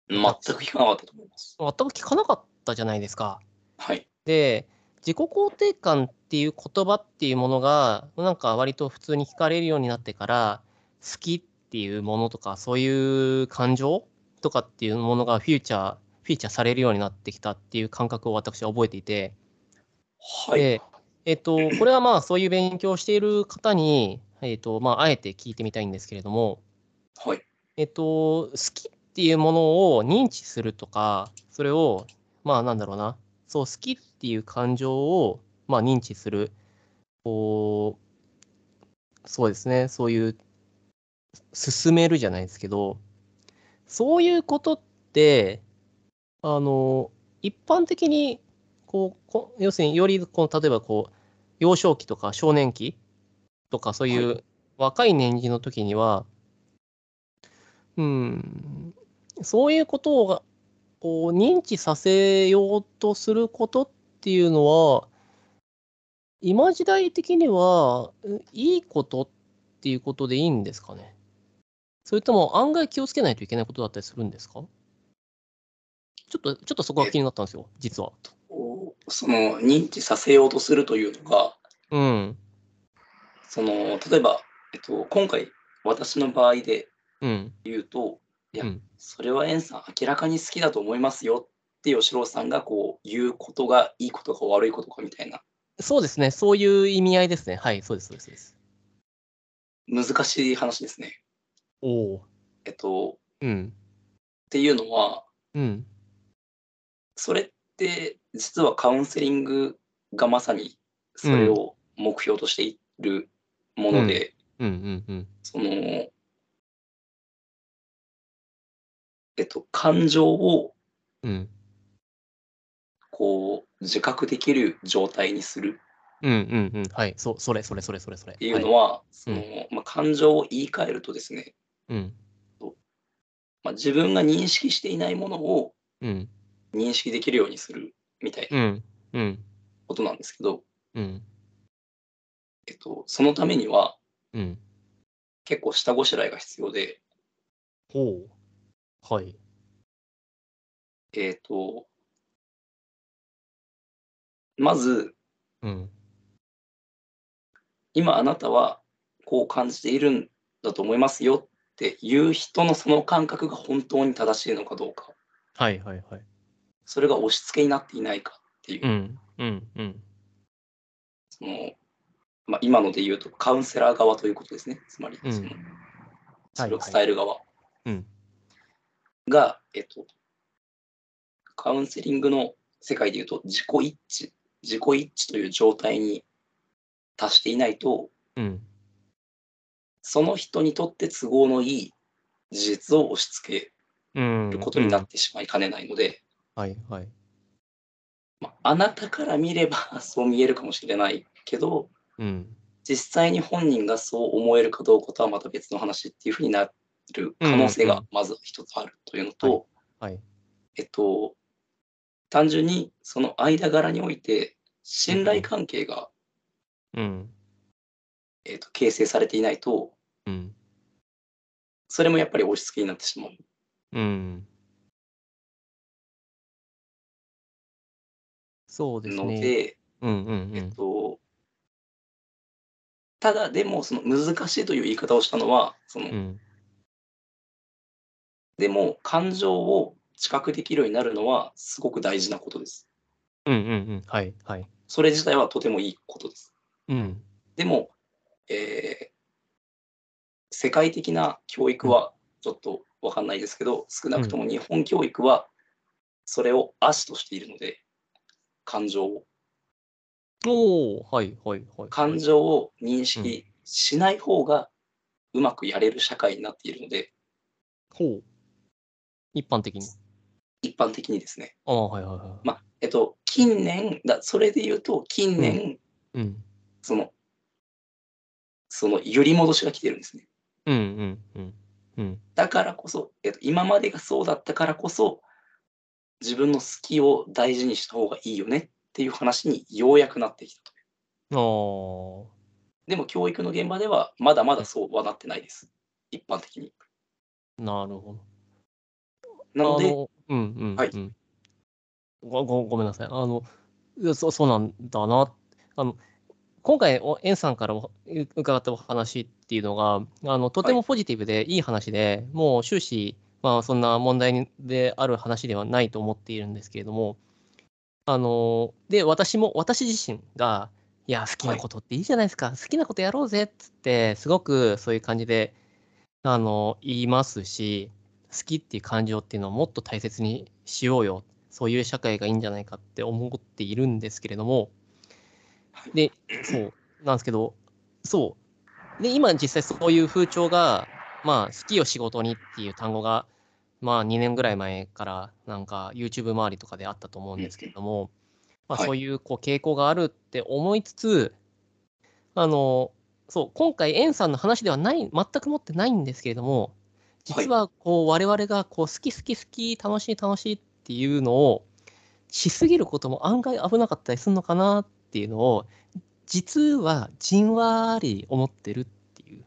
Speaker 1: 全く聞かなかったと思います。
Speaker 2: 全く聞かなかったじゃないですか。
Speaker 1: はい。
Speaker 2: で自己肯定感っていう言葉っていうものがなんか割と普通に聞かれるようになってから好きっていうものとかそういう感情とかっていうものがフューチャーフィーチャーされるようになってきたっていう感覚を私は覚えていて、
Speaker 1: はい。
Speaker 2: でえっとこれはまあそういう勉強をしている方に、えっとまあ、あえて聞いてみたいんですけれども、
Speaker 1: はい。
Speaker 2: えっと、好きっていうものを認知するとか、それを、まあなんだろうな、そう、好きっていう感情を、まあ認知する、こう、そうですね、そういう、進めるじゃないですけど、そういうことって、あの、一般的に、こう、こ要するにより、こう例えばこう、幼少期とか少年期とか、そういう若い年次の時には、うん、そういうことをがこう認知させようとすることっていうのは今時代的にはういいことっていうことでいいんですかねそれとも案外気をつけないといけないことだったりするんですかちょっと、ちょっとそこが気になったんですよ、実は。
Speaker 1: こうその認知させようとするというのが、
Speaker 2: うん。
Speaker 1: その例えば、えっと、今回私の場合で
Speaker 2: うん。
Speaker 1: 言うと、いや、
Speaker 2: うん
Speaker 1: それはエンさん明らかに好きだと思いますよって吉郎さんがこう言うことがいいことか悪いことかみたいな
Speaker 2: そうですね。そういう意味合いですね。はい、そうです、そうですそうです。
Speaker 1: 難しい話ですね。
Speaker 2: おお。
Speaker 1: えっと、っ
Speaker 2: うん。
Speaker 1: ていうのは
Speaker 2: うん。
Speaker 1: それって実はカウンセリングがまさにそれを目標としているもので、
Speaker 2: うん。うん。
Speaker 1: そのえっと感情を
Speaker 2: うん。
Speaker 1: こう自覚できる状態にする
Speaker 2: うん。うん。うん。はい。そ、それ、それ、それ、それ、それ。っ
Speaker 1: っていうのは、そ
Speaker 2: うん
Speaker 1: のまあ、感情を言い換えるとですね、
Speaker 2: うん。
Speaker 1: まあ、自分が認識していないものを
Speaker 2: うん。
Speaker 1: 認識できるようにするみたいな
Speaker 2: うん。うん。
Speaker 1: ことなんですけど、
Speaker 2: うん。
Speaker 1: えっと、そのためには
Speaker 2: うん。
Speaker 1: 結構下ごしらえが必要で、
Speaker 2: ほう。はい。
Speaker 1: えっと、まず
Speaker 2: うん。
Speaker 1: 今あなたはこう感じているんだと思いますよっていう人のその感覚が本当に正しいのかどうか、
Speaker 2: はい。はい。はい。
Speaker 1: それが押し付けになっていないかっていう、
Speaker 2: うん。うん。うん。
Speaker 1: そのまあ、今ので言うとカウンセラー側ということですね、つまり
Speaker 2: うん
Speaker 1: その、そ
Speaker 2: はい
Speaker 1: れを伝える側
Speaker 2: うん。
Speaker 1: が、えっと、カウンセリングの世界で言うと自己一致、自己一致という状態に達していないと、
Speaker 2: うん。
Speaker 1: その人にとって都合のいい事実を押し付け
Speaker 2: うん。
Speaker 1: ることにな
Speaker 2: うん
Speaker 1: ってしまいかねないので、
Speaker 2: はい。はい。
Speaker 1: まああなたから見ればそう見えるかもしれないけど、
Speaker 2: うん。
Speaker 1: 実際に本人がそう思えるかどうかとはまた別の話っていうふうになる可能性
Speaker 2: うんう
Speaker 1: が
Speaker 2: ん
Speaker 1: まず一つあるというのと、
Speaker 2: はいはい。
Speaker 1: えっと、単純にその間柄において、信頼関係が、
Speaker 2: うん。
Speaker 1: えっと、形成されていないと、
Speaker 2: うん。
Speaker 1: それもやっぱり押し付けになってしまう。
Speaker 2: うん。そうです
Speaker 1: ので、
Speaker 2: ね。うんう
Speaker 1: えっ
Speaker 2: ん
Speaker 1: と、ただでも、その難しいという言い方をしたのは、その、
Speaker 2: うん。うん。
Speaker 1: でも感情を知覚できるようになるのはすごく大事なことです。
Speaker 2: うんうんうん。はいはい。
Speaker 1: それ自体はとてもいいことです。
Speaker 2: うん。
Speaker 1: でも、えー世界的な教育はちょっとわかんないですけど、少なくとも日本教育はそれを悪しとしているので、感情を、
Speaker 2: おおはいはいはい。
Speaker 1: 感情を認識しない方がうまくやれる社会になっているので、
Speaker 2: ほう。一般的に。
Speaker 1: 一般的にですね。
Speaker 2: ああ、はいはいはい。
Speaker 1: まあ、えっと、近年だ、それで言うと、近年、
Speaker 2: ううん。
Speaker 1: その、その揺り戻しが来てるんですね。
Speaker 2: うんうんうん。うん。
Speaker 1: だからこそ、えっと、今までがそうだったからこそ、自分の好きを大事にした方がいいよねっていう話にようやくなってきたと。
Speaker 2: ああ。
Speaker 1: でも教育の現場ではまだまだそうはなってないです。一般的に。
Speaker 2: なるほ
Speaker 1: なの
Speaker 2: ど。あ
Speaker 1: で、
Speaker 2: の、うんうんうん。
Speaker 1: はい
Speaker 2: ごごごめんなさい。あの、いやそそうなんだな。あの、今回お、エンさんからおう伺ったお話っていうのが、あの、とてもポジティブでいい話で、もう終始、まあ、そんな問題にである話ではないと思っているんですけれども、あの、で、私も、私自身が、いや、好きなことっていいじゃないですか、好きなことやろうぜっつって、すごくそういう感じで、あの、言いますし、好きっていう感情っていうのをもっと大切にしようよそういう社会がいいんじゃないかって思っているんですけれども
Speaker 1: はい
Speaker 2: でそうなんですけどそうで今実際そういう風潮がまあ好きを仕事にっていう単語がまあ2年ぐらい前からなんか YouTube 周りとかであったと思うんですけれども、まあ、
Speaker 1: はい
Speaker 2: そういうこう傾向があるって思いつつあのそう今回エンさんの話ではない全く持ってないんですけれども
Speaker 1: はい
Speaker 2: 実はこう我々がこう好き好き好き楽しい楽しいっていうのをしすぎることも案外危なかったりするのかなっていうのを実はじんわり思ってるっていう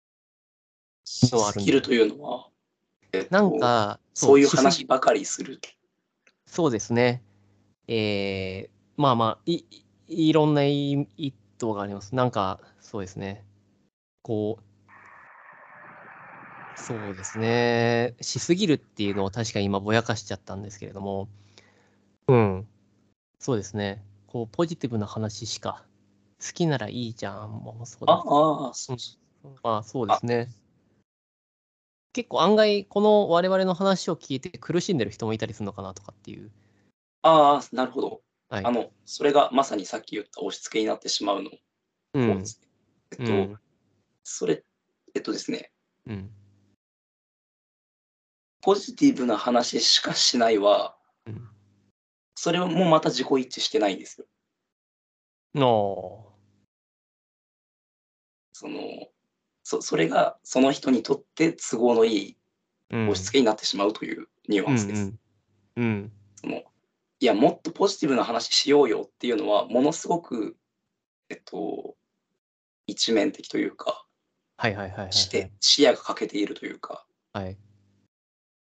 Speaker 2: のはある
Speaker 1: ス
Speaker 2: ん
Speaker 1: キ
Speaker 2: だよ
Speaker 1: ルというのは、えっと
Speaker 2: なんか、
Speaker 1: そういう
Speaker 2: しすぎ
Speaker 1: 話ばかりする。
Speaker 2: そうですね。えー、まあまあ、い、いいろんな意意図があります。なんか、そうですね。こう、そうですね。しすぎるっていうのを確かに今ぼやかしちゃったんですけれども、うん。そうですね。こう、ポジティブな話しか、好きならいいじゃんもそうだ
Speaker 1: ああ、そうそ
Speaker 2: まあそうですね。結構案外この我々の話を聞いて苦しんでる人もいたりするのかなとかっていう。
Speaker 1: うああ、なるほど。
Speaker 2: はい、
Speaker 1: あの、それがまさにさっき言った押し付けになってしまうの
Speaker 2: う
Speaker 1: 方
Speaker 2: ん
Speaker 1: ですね。
Speaker 2: う
Speaker 1: えっと、
Speaker 2: ん
Speaker 1: それ、えっとですね、
Speaker 2: うん
Speaker 1: ポジティブな話しかしないは、
Speaker 2: うん
Speaker 1: それもまた自己一致してないんですよ。
Speaker 2: の
Speaker 1: その、そそれがその人にとって都合のいい押し付けになってしまうというニュアンスです。
Speaker 2: うんうんうん
Speaker 1: そのいやもっとポジティブな話しようよっていうのはものすごくえっと一面的というか
Speaker 2: はいはいはいはいはい。
Speaker 1: して視野が欠けているというか
Speaker 2: はい。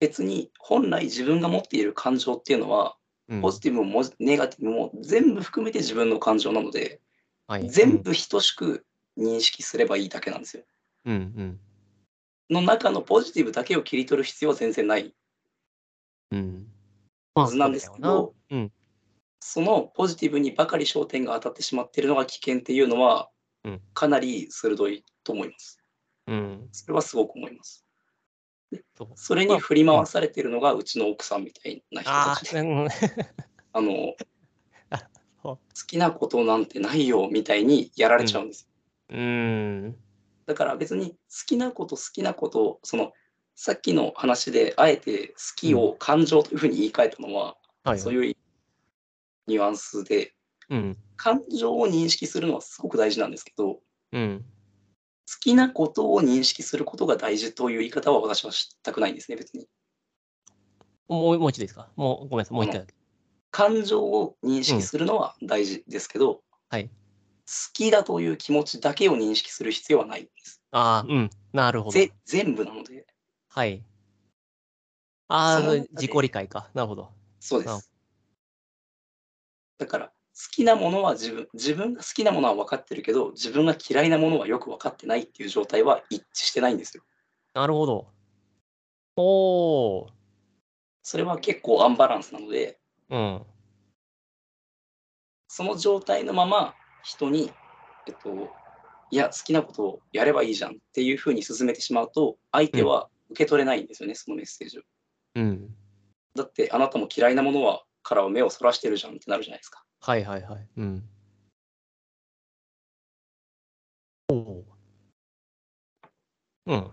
Speaker 1: 別に本来自分が持っている感情っていうのは
Speaker 2: うん
Speaker 1: ポジティブもネガティブも全部含めて自分の感情なので
Speaker 2: はい
Speaker 1: 全部等しく認識すればいいだけなんですよ。
Speaker 2: うんうん
Speaker 1: の中のポジティブだけを切り取る必要は全然ない
Speaker 2: うんうん。まあ
Speaker 1: はずなんですけど、
Speaker 2: そうだよ
Speaker 1: そのポジティブにばかり焦点が当たってしまっているのが危険っていうのは、
Speaker 2: うん
Speaker 1: かなり鋭いと思います。
Speaker 2: なうん。
Speaker 1: それはすごく思います。
Speaker 2: そう
Speaker 1: それに振り回されているのがうちの奥さんみたいな人
Speaker 2: あ
Speaker 1: たち
Speaker 2: あ、
Speaker 1: で、
Speaker 2: うん
Speaker 1: あの
Speaker 2: あそう
Speaker 1: 好きなことなんてないよみたいにやられちゃうんです。
Speaker 2: うん。
Speaker 1: だから別に好きなこと好きなことそのさっきの話であえて好きを感情というふうに言い換えたのは、
Speaker 2: はい。
Speaker 1: そう
Speaker 2: う。
Speaker 1: いうニュアンスで
Speaker 2: うん。
Speaker 1: 感情を認識するのはすごく大事なんですけど、
Speaker 2: うん。
Speaker 1: 好きなことを認識することが大事という言い方は私はしたくないんですね、別に。
Speaker 2: もうもう一度いいですかもうごめんなさい。もう一回だけ。
Speaker 1: 感情を認識するのは大事ですけど、
Speaker 2: はい
Speaker 1: 好きだという気持ちだけを認識する必要はないんです。
Speaker 2: ああ、うん。なるほど。
Speaker 1: ぜ全部なので、
Speaker 2: はい。あ
Speaker 1: その
Speaker 2: あ、
Speaker 1: 中で
Speaker 2: 自己理解か。なるほど。
Speaker 1: そうで
Speaker 2: なるほ
Speaker 1: す。だから、好きなものは自分、自分が好きなものは分かってるけど、自分が嫌いなものはよく分かってないっていう状態は一致してないんですよ。
Speaker 2: なるほど。おお。
Speaker 1: それは結構アンバランスなので、
Speaker 2: うん。
Speaker 1: その状態のまま人に、えっと、いや、好きなことをやればいいじゃんっていうふうに進めてしまうと、相手は受け取れないんですよね、そのメッセージを。
Speaker 2: うん。
Speaker 1: だって、あなたも嫌いなものはからは目をそらしてるじゃんってなるじゃないですか。
Speaker 2: はいはいはい。うん。おお。うん。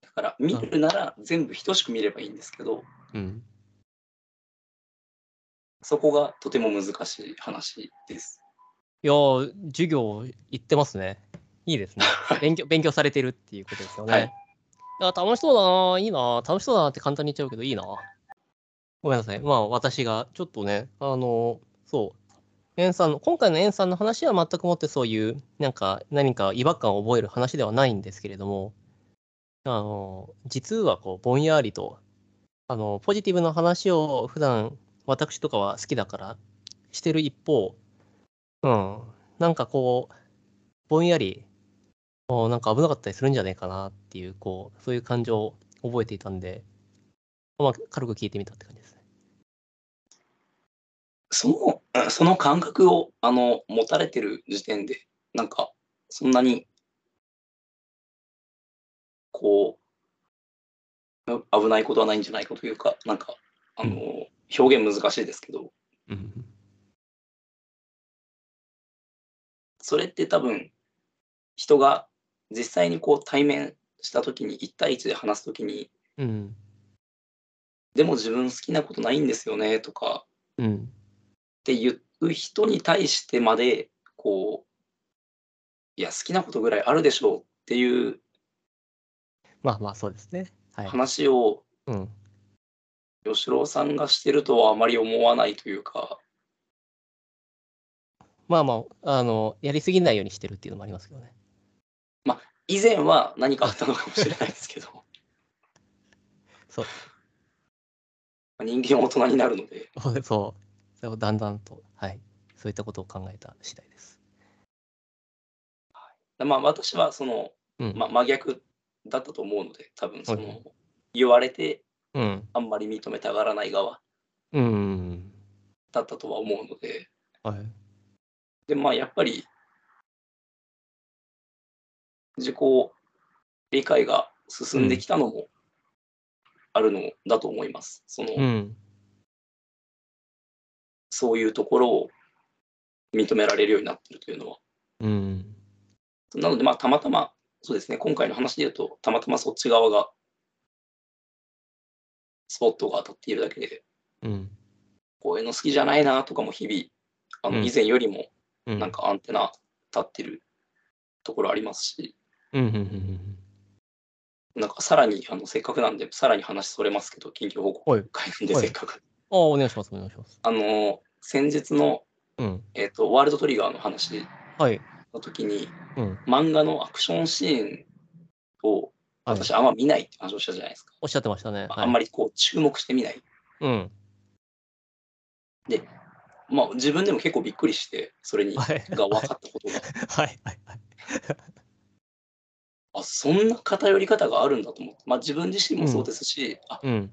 Speaker 1: だから、見るなら全部等しく見ればいいんですけど、
Speaker 2: うん。
Speaker 1: そこがとても難しい話です。
Speaker 2: いやー、授業行ってますね。い いですね。勉強、勉強されてるっていうことですよね。
Speaker 1: はい
Speaker 2: いや、楽しそうだなー、いいなー、楽しそうだなって簡単に言っちゃうけど、いいなー。ごめんなさい。まあ、私が、ちょっとね、あのーそう。エンさんの、今回のエンさんの話は全くもってそういう、なんか、何か違和感を覚える話ではないんですけれども、あのー実はこう、ぼんやりと、あのーポジティブな話を普段、私とかは好きだから、してる一方、うん、なんかこう、ぼんやり、おなんか危なかったりするんじゃないかなっていう、こう、そういう感情を覚えていたんで、まあ、軽く聞いてみたって感じですね。
Speaker 1: その、その感覚を、あの、持たれてる時点で、なんか、そんなに、こう、う危ないことはないんじゃないかというか、なんか、あの、
Speaker 2: う
Speaker 1: 表現難しいですけど、
Speaker 2: うん。
Speaker 1: それって多分、人が実際にこう対面したときに、1対1で話すときに、
Speaker 2: うん。
Speaker 1: でも自分好きなことないんですよね、とか、
Speaker 2: うん。
Speaker 1: って言う人に対してまでこういや好きなことぐらいあるでしょうっていう
Speaker 2: まあまあ、そうですね。はい。
Speaker 1: 話を
Speaker 2: うん。
Speaker 1: 吉郎さんがしてるとはあまり思わないというか
Speaker 2: まあまあ、あの、やりすぎないようにしてるっていうのもありますけどね。
Speaker 1: 以前は何かあったのかもしれないですけど、
Speaker 2: そう
Speaker 1: 人間は大人になるので、
Speaker 2: そうそうそれをだんだんと、はい、そういったことを考えた次第です。
Speaker 1: まあ私はその、
Speaker 2: うん、
Speaker 1: まあ、真逆だったと思うので、多分そ
Speaker 2: は
Speaker 1: の、言われて
Speaker 2: うん、
Speaker 1: あんまり認めたがらない側
Speaker 2: うん、
Speaker 1: だったとは思うので、
Speaker 2: はい、
Speaker 1: で、まあやっぱり、自己理解が進んできたのもあるのだと思います。その、
Speaker 2: うん、
Speaker 1: そういうところを認められるようになってるというのは。
Speaker 2: うん、
Speaker 1: なので、まあ、たまたま、そうですね、今回の話で言うと、たまたまそっち側が、スポットが当たっているだけで、
Speaker 2: うん、
Speaker 1: こういうの好きじゃないなとかも日々、あ
Speaker 2: う
Speaker 1: の
Speaker 2: ん
Speaker 1: 以前よりも
Speaker 2: うん、
Speaker 1: なんかアンテナ立ってるところありますし、
Speaker 2: うん、うん、うん、うん、
Speaker 1: なんかさらに、あのせっかくなんで、さらに話それますけど、緊急報
Speaker 2: はい
Speaker 1: 告会なんで、
Speaker 2: はい
Speaker 1: せっかく。
Speaker 2: ああ、お願いします、お願いします。
Speaker 1: あの、先日の、
Speaker 2: うん、
Speaker 1: えっとワールドトリガーの話
Speaker 2: はい、
Speaker 1: の時に、
Speaker 2: うん、
Speaker 1: 漫画のアクションシーンを
Speaker 2: はい、
Speaker 1: 私あんま見ないって話をしたじゃないですか。
Speaker 2: おっしゃってましたね。
Speaker 1: あんま
Speaker 2: り、
Speaker 1: りこう注目してみない。
Speaker 2: うん、
Speaker 1: まあ自分でも結構びっくりして、それに、
Speaker 2: はい、
Speaker 1: が分かったこと が、
Speaker 2: はい、はい、はい、
Speaker 1: あ、そんな偏り方があるんだと思って、まあ自分自身もそうですし、あ、
Speaker 2: うん、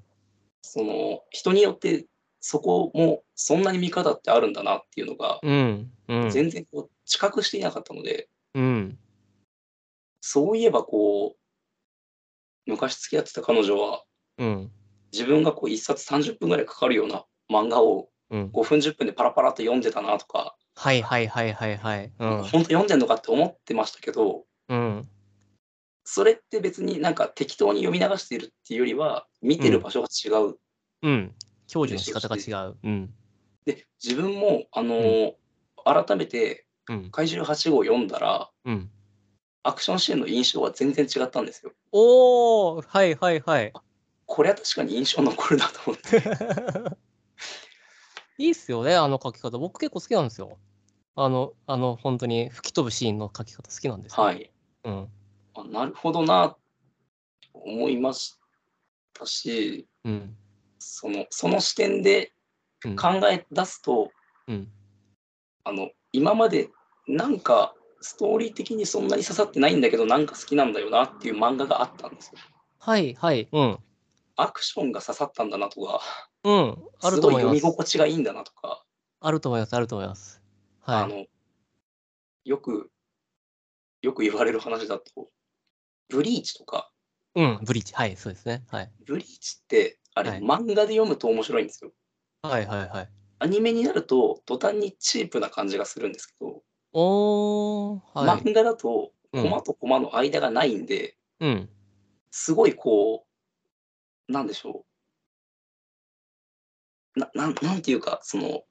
Speaker 1: その人によってそこもそんなに見方ってあるんだなっていうのが、
Speaker 2: うん、うん、
Speaker 1: 全然こう知覚していなかったので、
Speaker 2: うん、
Speaker 1: そういえばこう、昔付き合ってた彼女は、
Speaker 2: うん、
Speaker 1: 自分がこう1冊30分ぐらいかかるような漫画を
Speaker 2: うん、
Speaker 1: 5分10分でパラパラって読んでたなとか、
Speaker 2: はい、はい、はい、はい、はい、うん、
Speaker 1: 本当読んでんのかって思ってましたけど
Speaker 2: うん、
Speaker 1: それって別になんか適当に読み流しているっていうよりは見てる場所が違う、
Speaker 2: うん、享受の仕方が違う。うん、
Speaker 1: で自分もあのー改めて
Speaker 2: うん
Speaker 1: 「怪獣8号」読んだら
Speaker 2: うん。
Speaker 1: アクションシーンの印象は全然違ったんですよ
Speaker 2: おー、はい、はい、はい。
Speaker 1: これは確かに印象残るなと思って
Speaker 2: いいっすよね、あの書き方。僕結構好きなんですよ。あの、あの、本当に吹き飛ぶシーンの書き方好きなんですよ。
Speaker 1: は。い
Speaker 2: うん。
Speaker 1: あなるほどなと思いましたし
Speaker 2: うん。
Speaker 1: そのその視点で
Speaker 2: うん
Speaker 1: 考え出すと、
Speaker 2: うん。
Speaker 1: あの今までなんかストーリー的にそんなに刺さってないんだけどなんか好きなんだよなっていう漫画があったんですよ。
Speaker 2: はい、はい。うん。
Speaker 1: アクションが刺さったんだなとか、
Speaker 2: うん。ある
Speaker 1: す
Speaker 2: と
Speaker 1: ごい読
Speaker 2: 思いま
Speaker 1: み
Speaker 2: す。
Speaker 1: 心地がいいんだなとか、
Speaker 2: あると思います、あると思います。はい。
Speaker 1: あのよくよく言われる話だと、ブリーチとか、
Speaker 2: うん、ブリーチ。はい、そうですね。はい。
Speaker 1: ブリーチってあれ、
Speaker 2: はい
Speaker 1: 漫画で読むと面白いんですよ。
Speaker 2: はい、はい、はい。
Speaker 1: アニメになると途端にチープな感じがするんですけど、
Speaker 2: おー、はい。
Speaker 1: 漫画だと
Speaker 2: うん
Speaker 1: コマとコマの間がないんで、
Speaker 2: うん。
Speaker 1: すごいこう、なんでしょう。な、なん、なんていうか、その、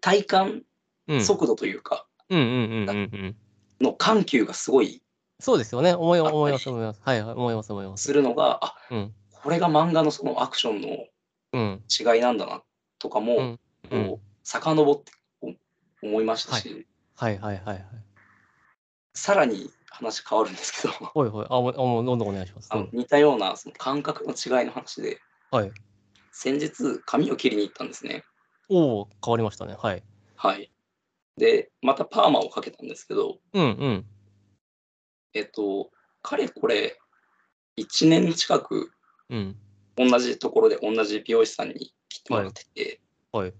Speaker 1: 体感
Speaker 2: うん。
Speaker 1: 速度というか、
Speaker 2: うん、うん、うん、うん、うん。
Speaker 1: の緩急がすごい
Speaker 2: そうですよね。思い、
Speaker 1: あったり
Speaker 2: 思います、思います。はい、はい思います、思います。
Speaker 1: するのが、あ、
Speaker 2: うん。
Speaker 1: これが漫画のそのアクションの
Speaker 2: うん。
Speaker 1: 違いなんだな、とかも、
Speaker 2: うんう
Speaker 1: こ
Speaker 2: ん。
Speaker 1: う、遡ってこう思いましたし、
Speaker 2: はい、はい、はい、はい。
Speaker 1: さらに話変わるんですけど、
Speaker 2: ほいほい。あ、もう、あもうどんどんお願いします。
Speaker 1: あ
Speaker 2: う
Speaker 1: の
Speaker 2: ん
Speaker 1: 似たようなその感覚の違いの話で、
Speaker 2: はい。
Speaker 1: 先日、髪を切りに行ったんですね。
Speaker 2: おお、変わりましたね。はい。
Speaker 1: はい。で、またパーマをかけたんですけど、
Speaker 2: うんうん。
Speaker 1: えっと、かれこれ、1年近く
Speaker 2: うん。
Speaker 1: 同じところで同じ美容師さんに切ってもらってて、
Speaker 2: はい。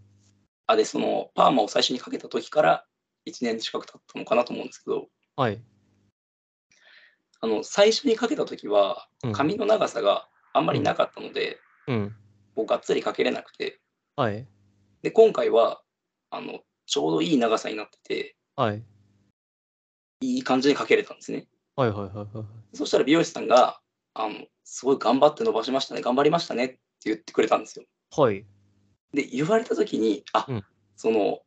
Speaker 1: あ、で、そのパーマを最初にかけた時から1年近く経ったのかなと思うんですけど、
Speaker 2: はい。
Speaker 1: あの、最初にかけた時は
Speaker 2: うん、
Speaker 1: 髪の長さがあんまりなかったので、
Speaker 2: うん。
Speaker 1: こうがっつりかけれなくて、
Speaker 2: はい。
Speaker 1: で、今回は、あの、ちょうどいい長さになってて、
Speaker 2: はい。
Speaker 1: いい感じにかけれたんですね。
Speaker 2: はいはいはいはい。
Speaker 1: そしたら美容師さんが、あの、すごい頑張って伸ばしましたね、頑張りましたねって言ってくれたんですよ。
Speaker 2: はい。
Speaker 1: で言われた時にあ、
Speaker 2: うん
Speaker 1: その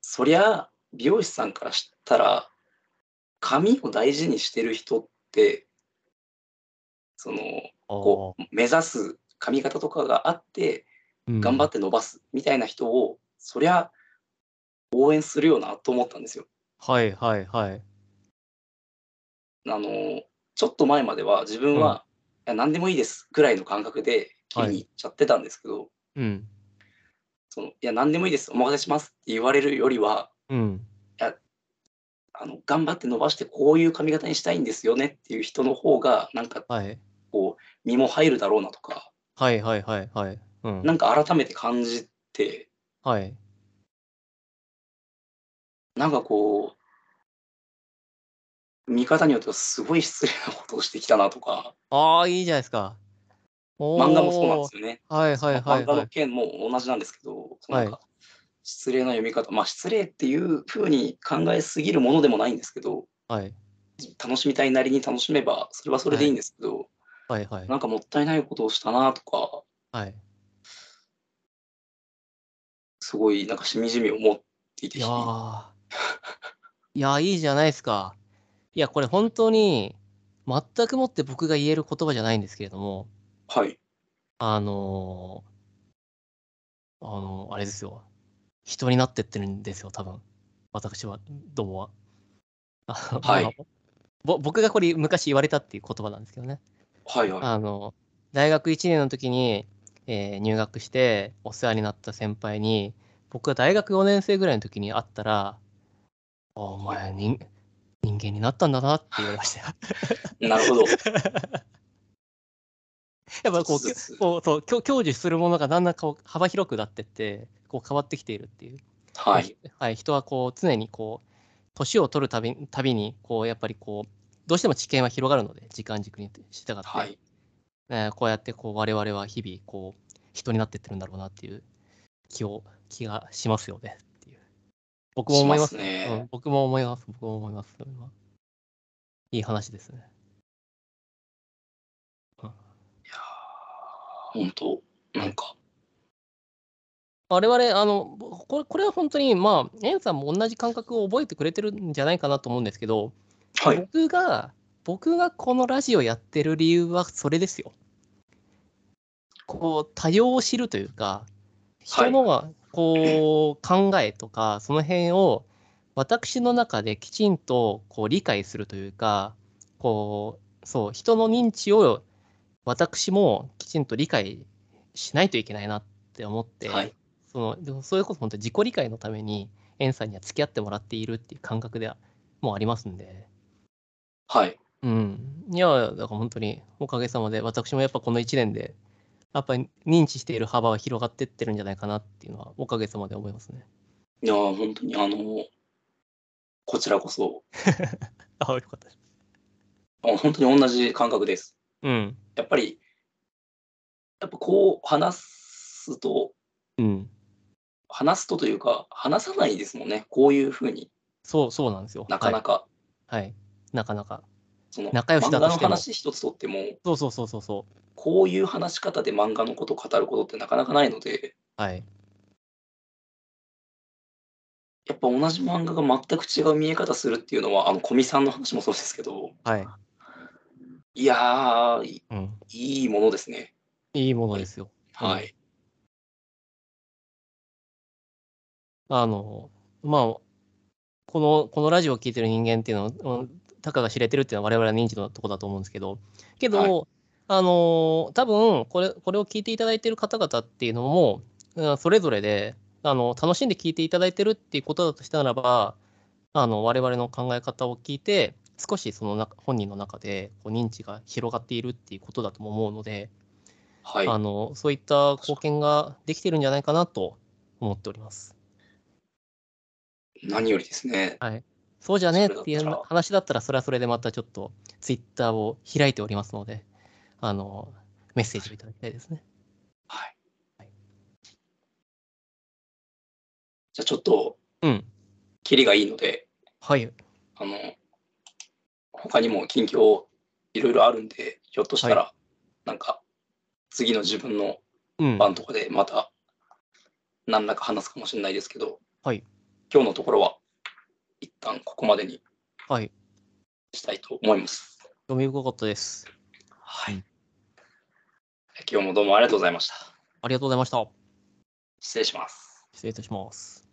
Speaker 1: そりゃ美容師さんからしたら髪を大事にしてる人ってそのこう目指す髪型とかがあって頑張
Speaker 2: っ
Speaker 1: って伸ばすみたいな人を、そりゃ応援するよなと思ったんですよ。
Speaker 2: はいはいはい。
Speaker 1: あのちょっと前までは自分は、いや何でもいいですぐらいの感覚で切りに行っちゃってたんですけど、
Speaker 2: うん。
Speaker 1: そのいや何でもいいですお任せしますって言われるよりは
Speaker 2: うん。
Speaker 1: あの頑張って伸ばしてこういう髪型にしたいんですよねっていう人の方がなんか
Speaker 2: はい。
Speaker 1: こう身も入るだろうなとか
Speaker 2: はいはいはいはい。うん。
Speaker 1: なんか改めて感じて
Speaker 2: はい。
Speaker 1: なんかこう見方によってはすごい失礼なことをしてきたなとか
Speaker 2: ああ、いいじゃないですか。
Speaker 1: 漫画もそうなんで
Speaker 2: おー
Speaker 1: すよね
Speaker 2: はいはいはい
Speaker 1: 漫画
Speaker 2: は
Speaker 1: の
Speaker 2: い。
Speaker 1: 件も同じなんですけど
Speaker 2: はい
Speaker 1: なんか失礼な読み方まあ失礼っていうふうに考えすぎるものでもないんですけど
Speaker 2: はい
Speaker 1: 楽しみたいなりに楽しめばそれはそれでいいんですけど、
Speaker 2: はいはい
Speaker 1: なんかもったいないことをしたなとか
Speaker 2: はい。
Speaker 1: すごいなんかしみじみ思っていて
Speaker 2: いやーいやーいいじゃないですか。いや、これ本当に、全くもって僕が言える言葉じゃないんですけれども、
Speaker 1: はい
Speaker 2: あのーあのーあれですよ。人になってってるんですよ、多分。私は、どうもは。あの
Speaker 1: はい。
Speaker 2: ぼ僕がこれ昔言われたっていう言葉なんですけどね。
Speaker 1: はいはい
Speaker 2: あの、大学1年の時に、えー入学してお世話になった先輩に、僕が大学4年生ぐらいの時に会ったら、あお前人、人間になったんだなって言われ ましたよ。
Speaker 1: なるほど
Speaker 2: やっぱこう
Speaker 1: そう
Speaker 2: き
Speaker 1: そうそう
Speaker 2: ょ、こうそう、きょ享受するものがだんだんこう幅広くなってって、こう変わってきているっていう。
Speaker 1: はい。
Speaker 2: はい、人はこう常にこう年を取るたびたびにこうやっぱりこうどうしても知見は広がるので時間軸に従って、
Speaker 1: はい
Speaker 2: えーこうやってこう我々は日々こう人になってってるんだろうなっていう気を気がしますよねっていう僕も思います
Speaker 1: しますね
Speaker 2: うん、僕も思います僕も思いますそれはいい話ですね
Speaker 1: 本当なんか
Speaker 2: 我々あのこれこれは本当にまあエンさんも同じ感覚を覚えてくれてるんじゃないかなと思うんですけど、
Speaker 1: はい
Speaker 2: 僕が僕がこのラジオやってる理由はそれですよ。こう多様を知るというか
Speaker 1: はい
Speaker 2: 人のこう考えとかその辺を私の中できちんとこう理解するというかこうそう人の認知を私もきちんと理解しないといけないなって思って、
Speaker 1: はい
Speaker 2: そのでもそれこそ本当自己理解のためにエンさんには付き合ってもらっているっていう感覚ではもうありますんで。
Speaker 1: はい
Speaker 2: うん。いや、だから本当におかげさまで、私もやっぱこの1年で、やっぱり認知している幅は広がってってるんじゃないかなっていうのは、おかげさまで思いますね。
Speaker 1: いやー本当にあのこちらこそ
Speaker 2: あよかったです。
Speaker 1: あ本当に同じ感覚です
Speaker 2: うん。
Speaker 1: やっぱりやっぱこう話すと
Speaker 2: うん。
Speaker 1: 話すとというか話さないですもんねこういうふうに
Speaker 2: そう、そうなんですよ。
Speaker 1: なかなか、
Speaker 2: はい。はい。なかなか。
Speaker 1: その
Speaker 2: 仲良し
Speaker 1: 漫
Speaker 2: だ
Speaker 1: 画
Speaker 2: と
Speaker 1: の
Speaker 2: しても
Speaker 1: 話一つとっても
Speaker 2: そうそうそうそうそう。
Speaker 1: こういう話し方で漫画のことを語ることってなかなかないので
Speaker 2: はい。
Speaker 1: やっぱ同じ漫画が全く違う見え方するっていうのはあの古見さんの話もそうですけど
Speaker 2: はい。
Speaker 1: いやーい
Speaker 2: うん。
Speaker 1: いいものですね
Speaker 2: いいものですよ。
Speaker 1: はい、
Speaker 2: あの、まあ、この、このラジオを聞いてる人間っていうのは、うんたかが知れてるっていうのは我々の認知のとこだと思うんですけど、けど、
Speaker 1: は
Speaker 2: あの、多分、これ、これを聞いていただいてる方々っていうのも、うんそれぞれで、あの、楽しんで聞いていただいてるっていうことだとしたならば、あの、我々の考え方を聞いて、少しその中本人の中でこう認知が広がっているっていうことだとも思うので、
Speaker 1: はい
Speaker 2: あのそういった貢献ができてるんじゃないかなと思っております。
Speaker 1: 何よりですね。
Speaker 2: そうじゃねえっていう
Speaker 1: それだったら
Speaker 2: 話だったら、それはそれでまたちょっとツイッターを開いておりますので、あの、メッセージをいただきたいですね。
Speaker 1: はい。じゃあちょっと、
Speaker 2: うん。
Speaker 1: キリがいいので、
Speaker 2: はい。
Speaker 1: あの、他にも近況いろいろあるんで、ひょっとしたら、なんか、次の自分の
Speaker 2: うん。
Speaker 1: 番とかでまた、何らか話すかもしれないですけど、
Speaker 2: はい。
Speaker 1: 今日のところは、一旦ここまでに
Speaker 2: はい。
Speaker 1: したいと思います。
Speaker 2: 読み深かったです。
Speaker 1: はい。今日もどうもありがとうございました。
Speaker 2: ありがとうございました。
Speaker 1: 失礼します。
Speaker 2: 失礼いたします。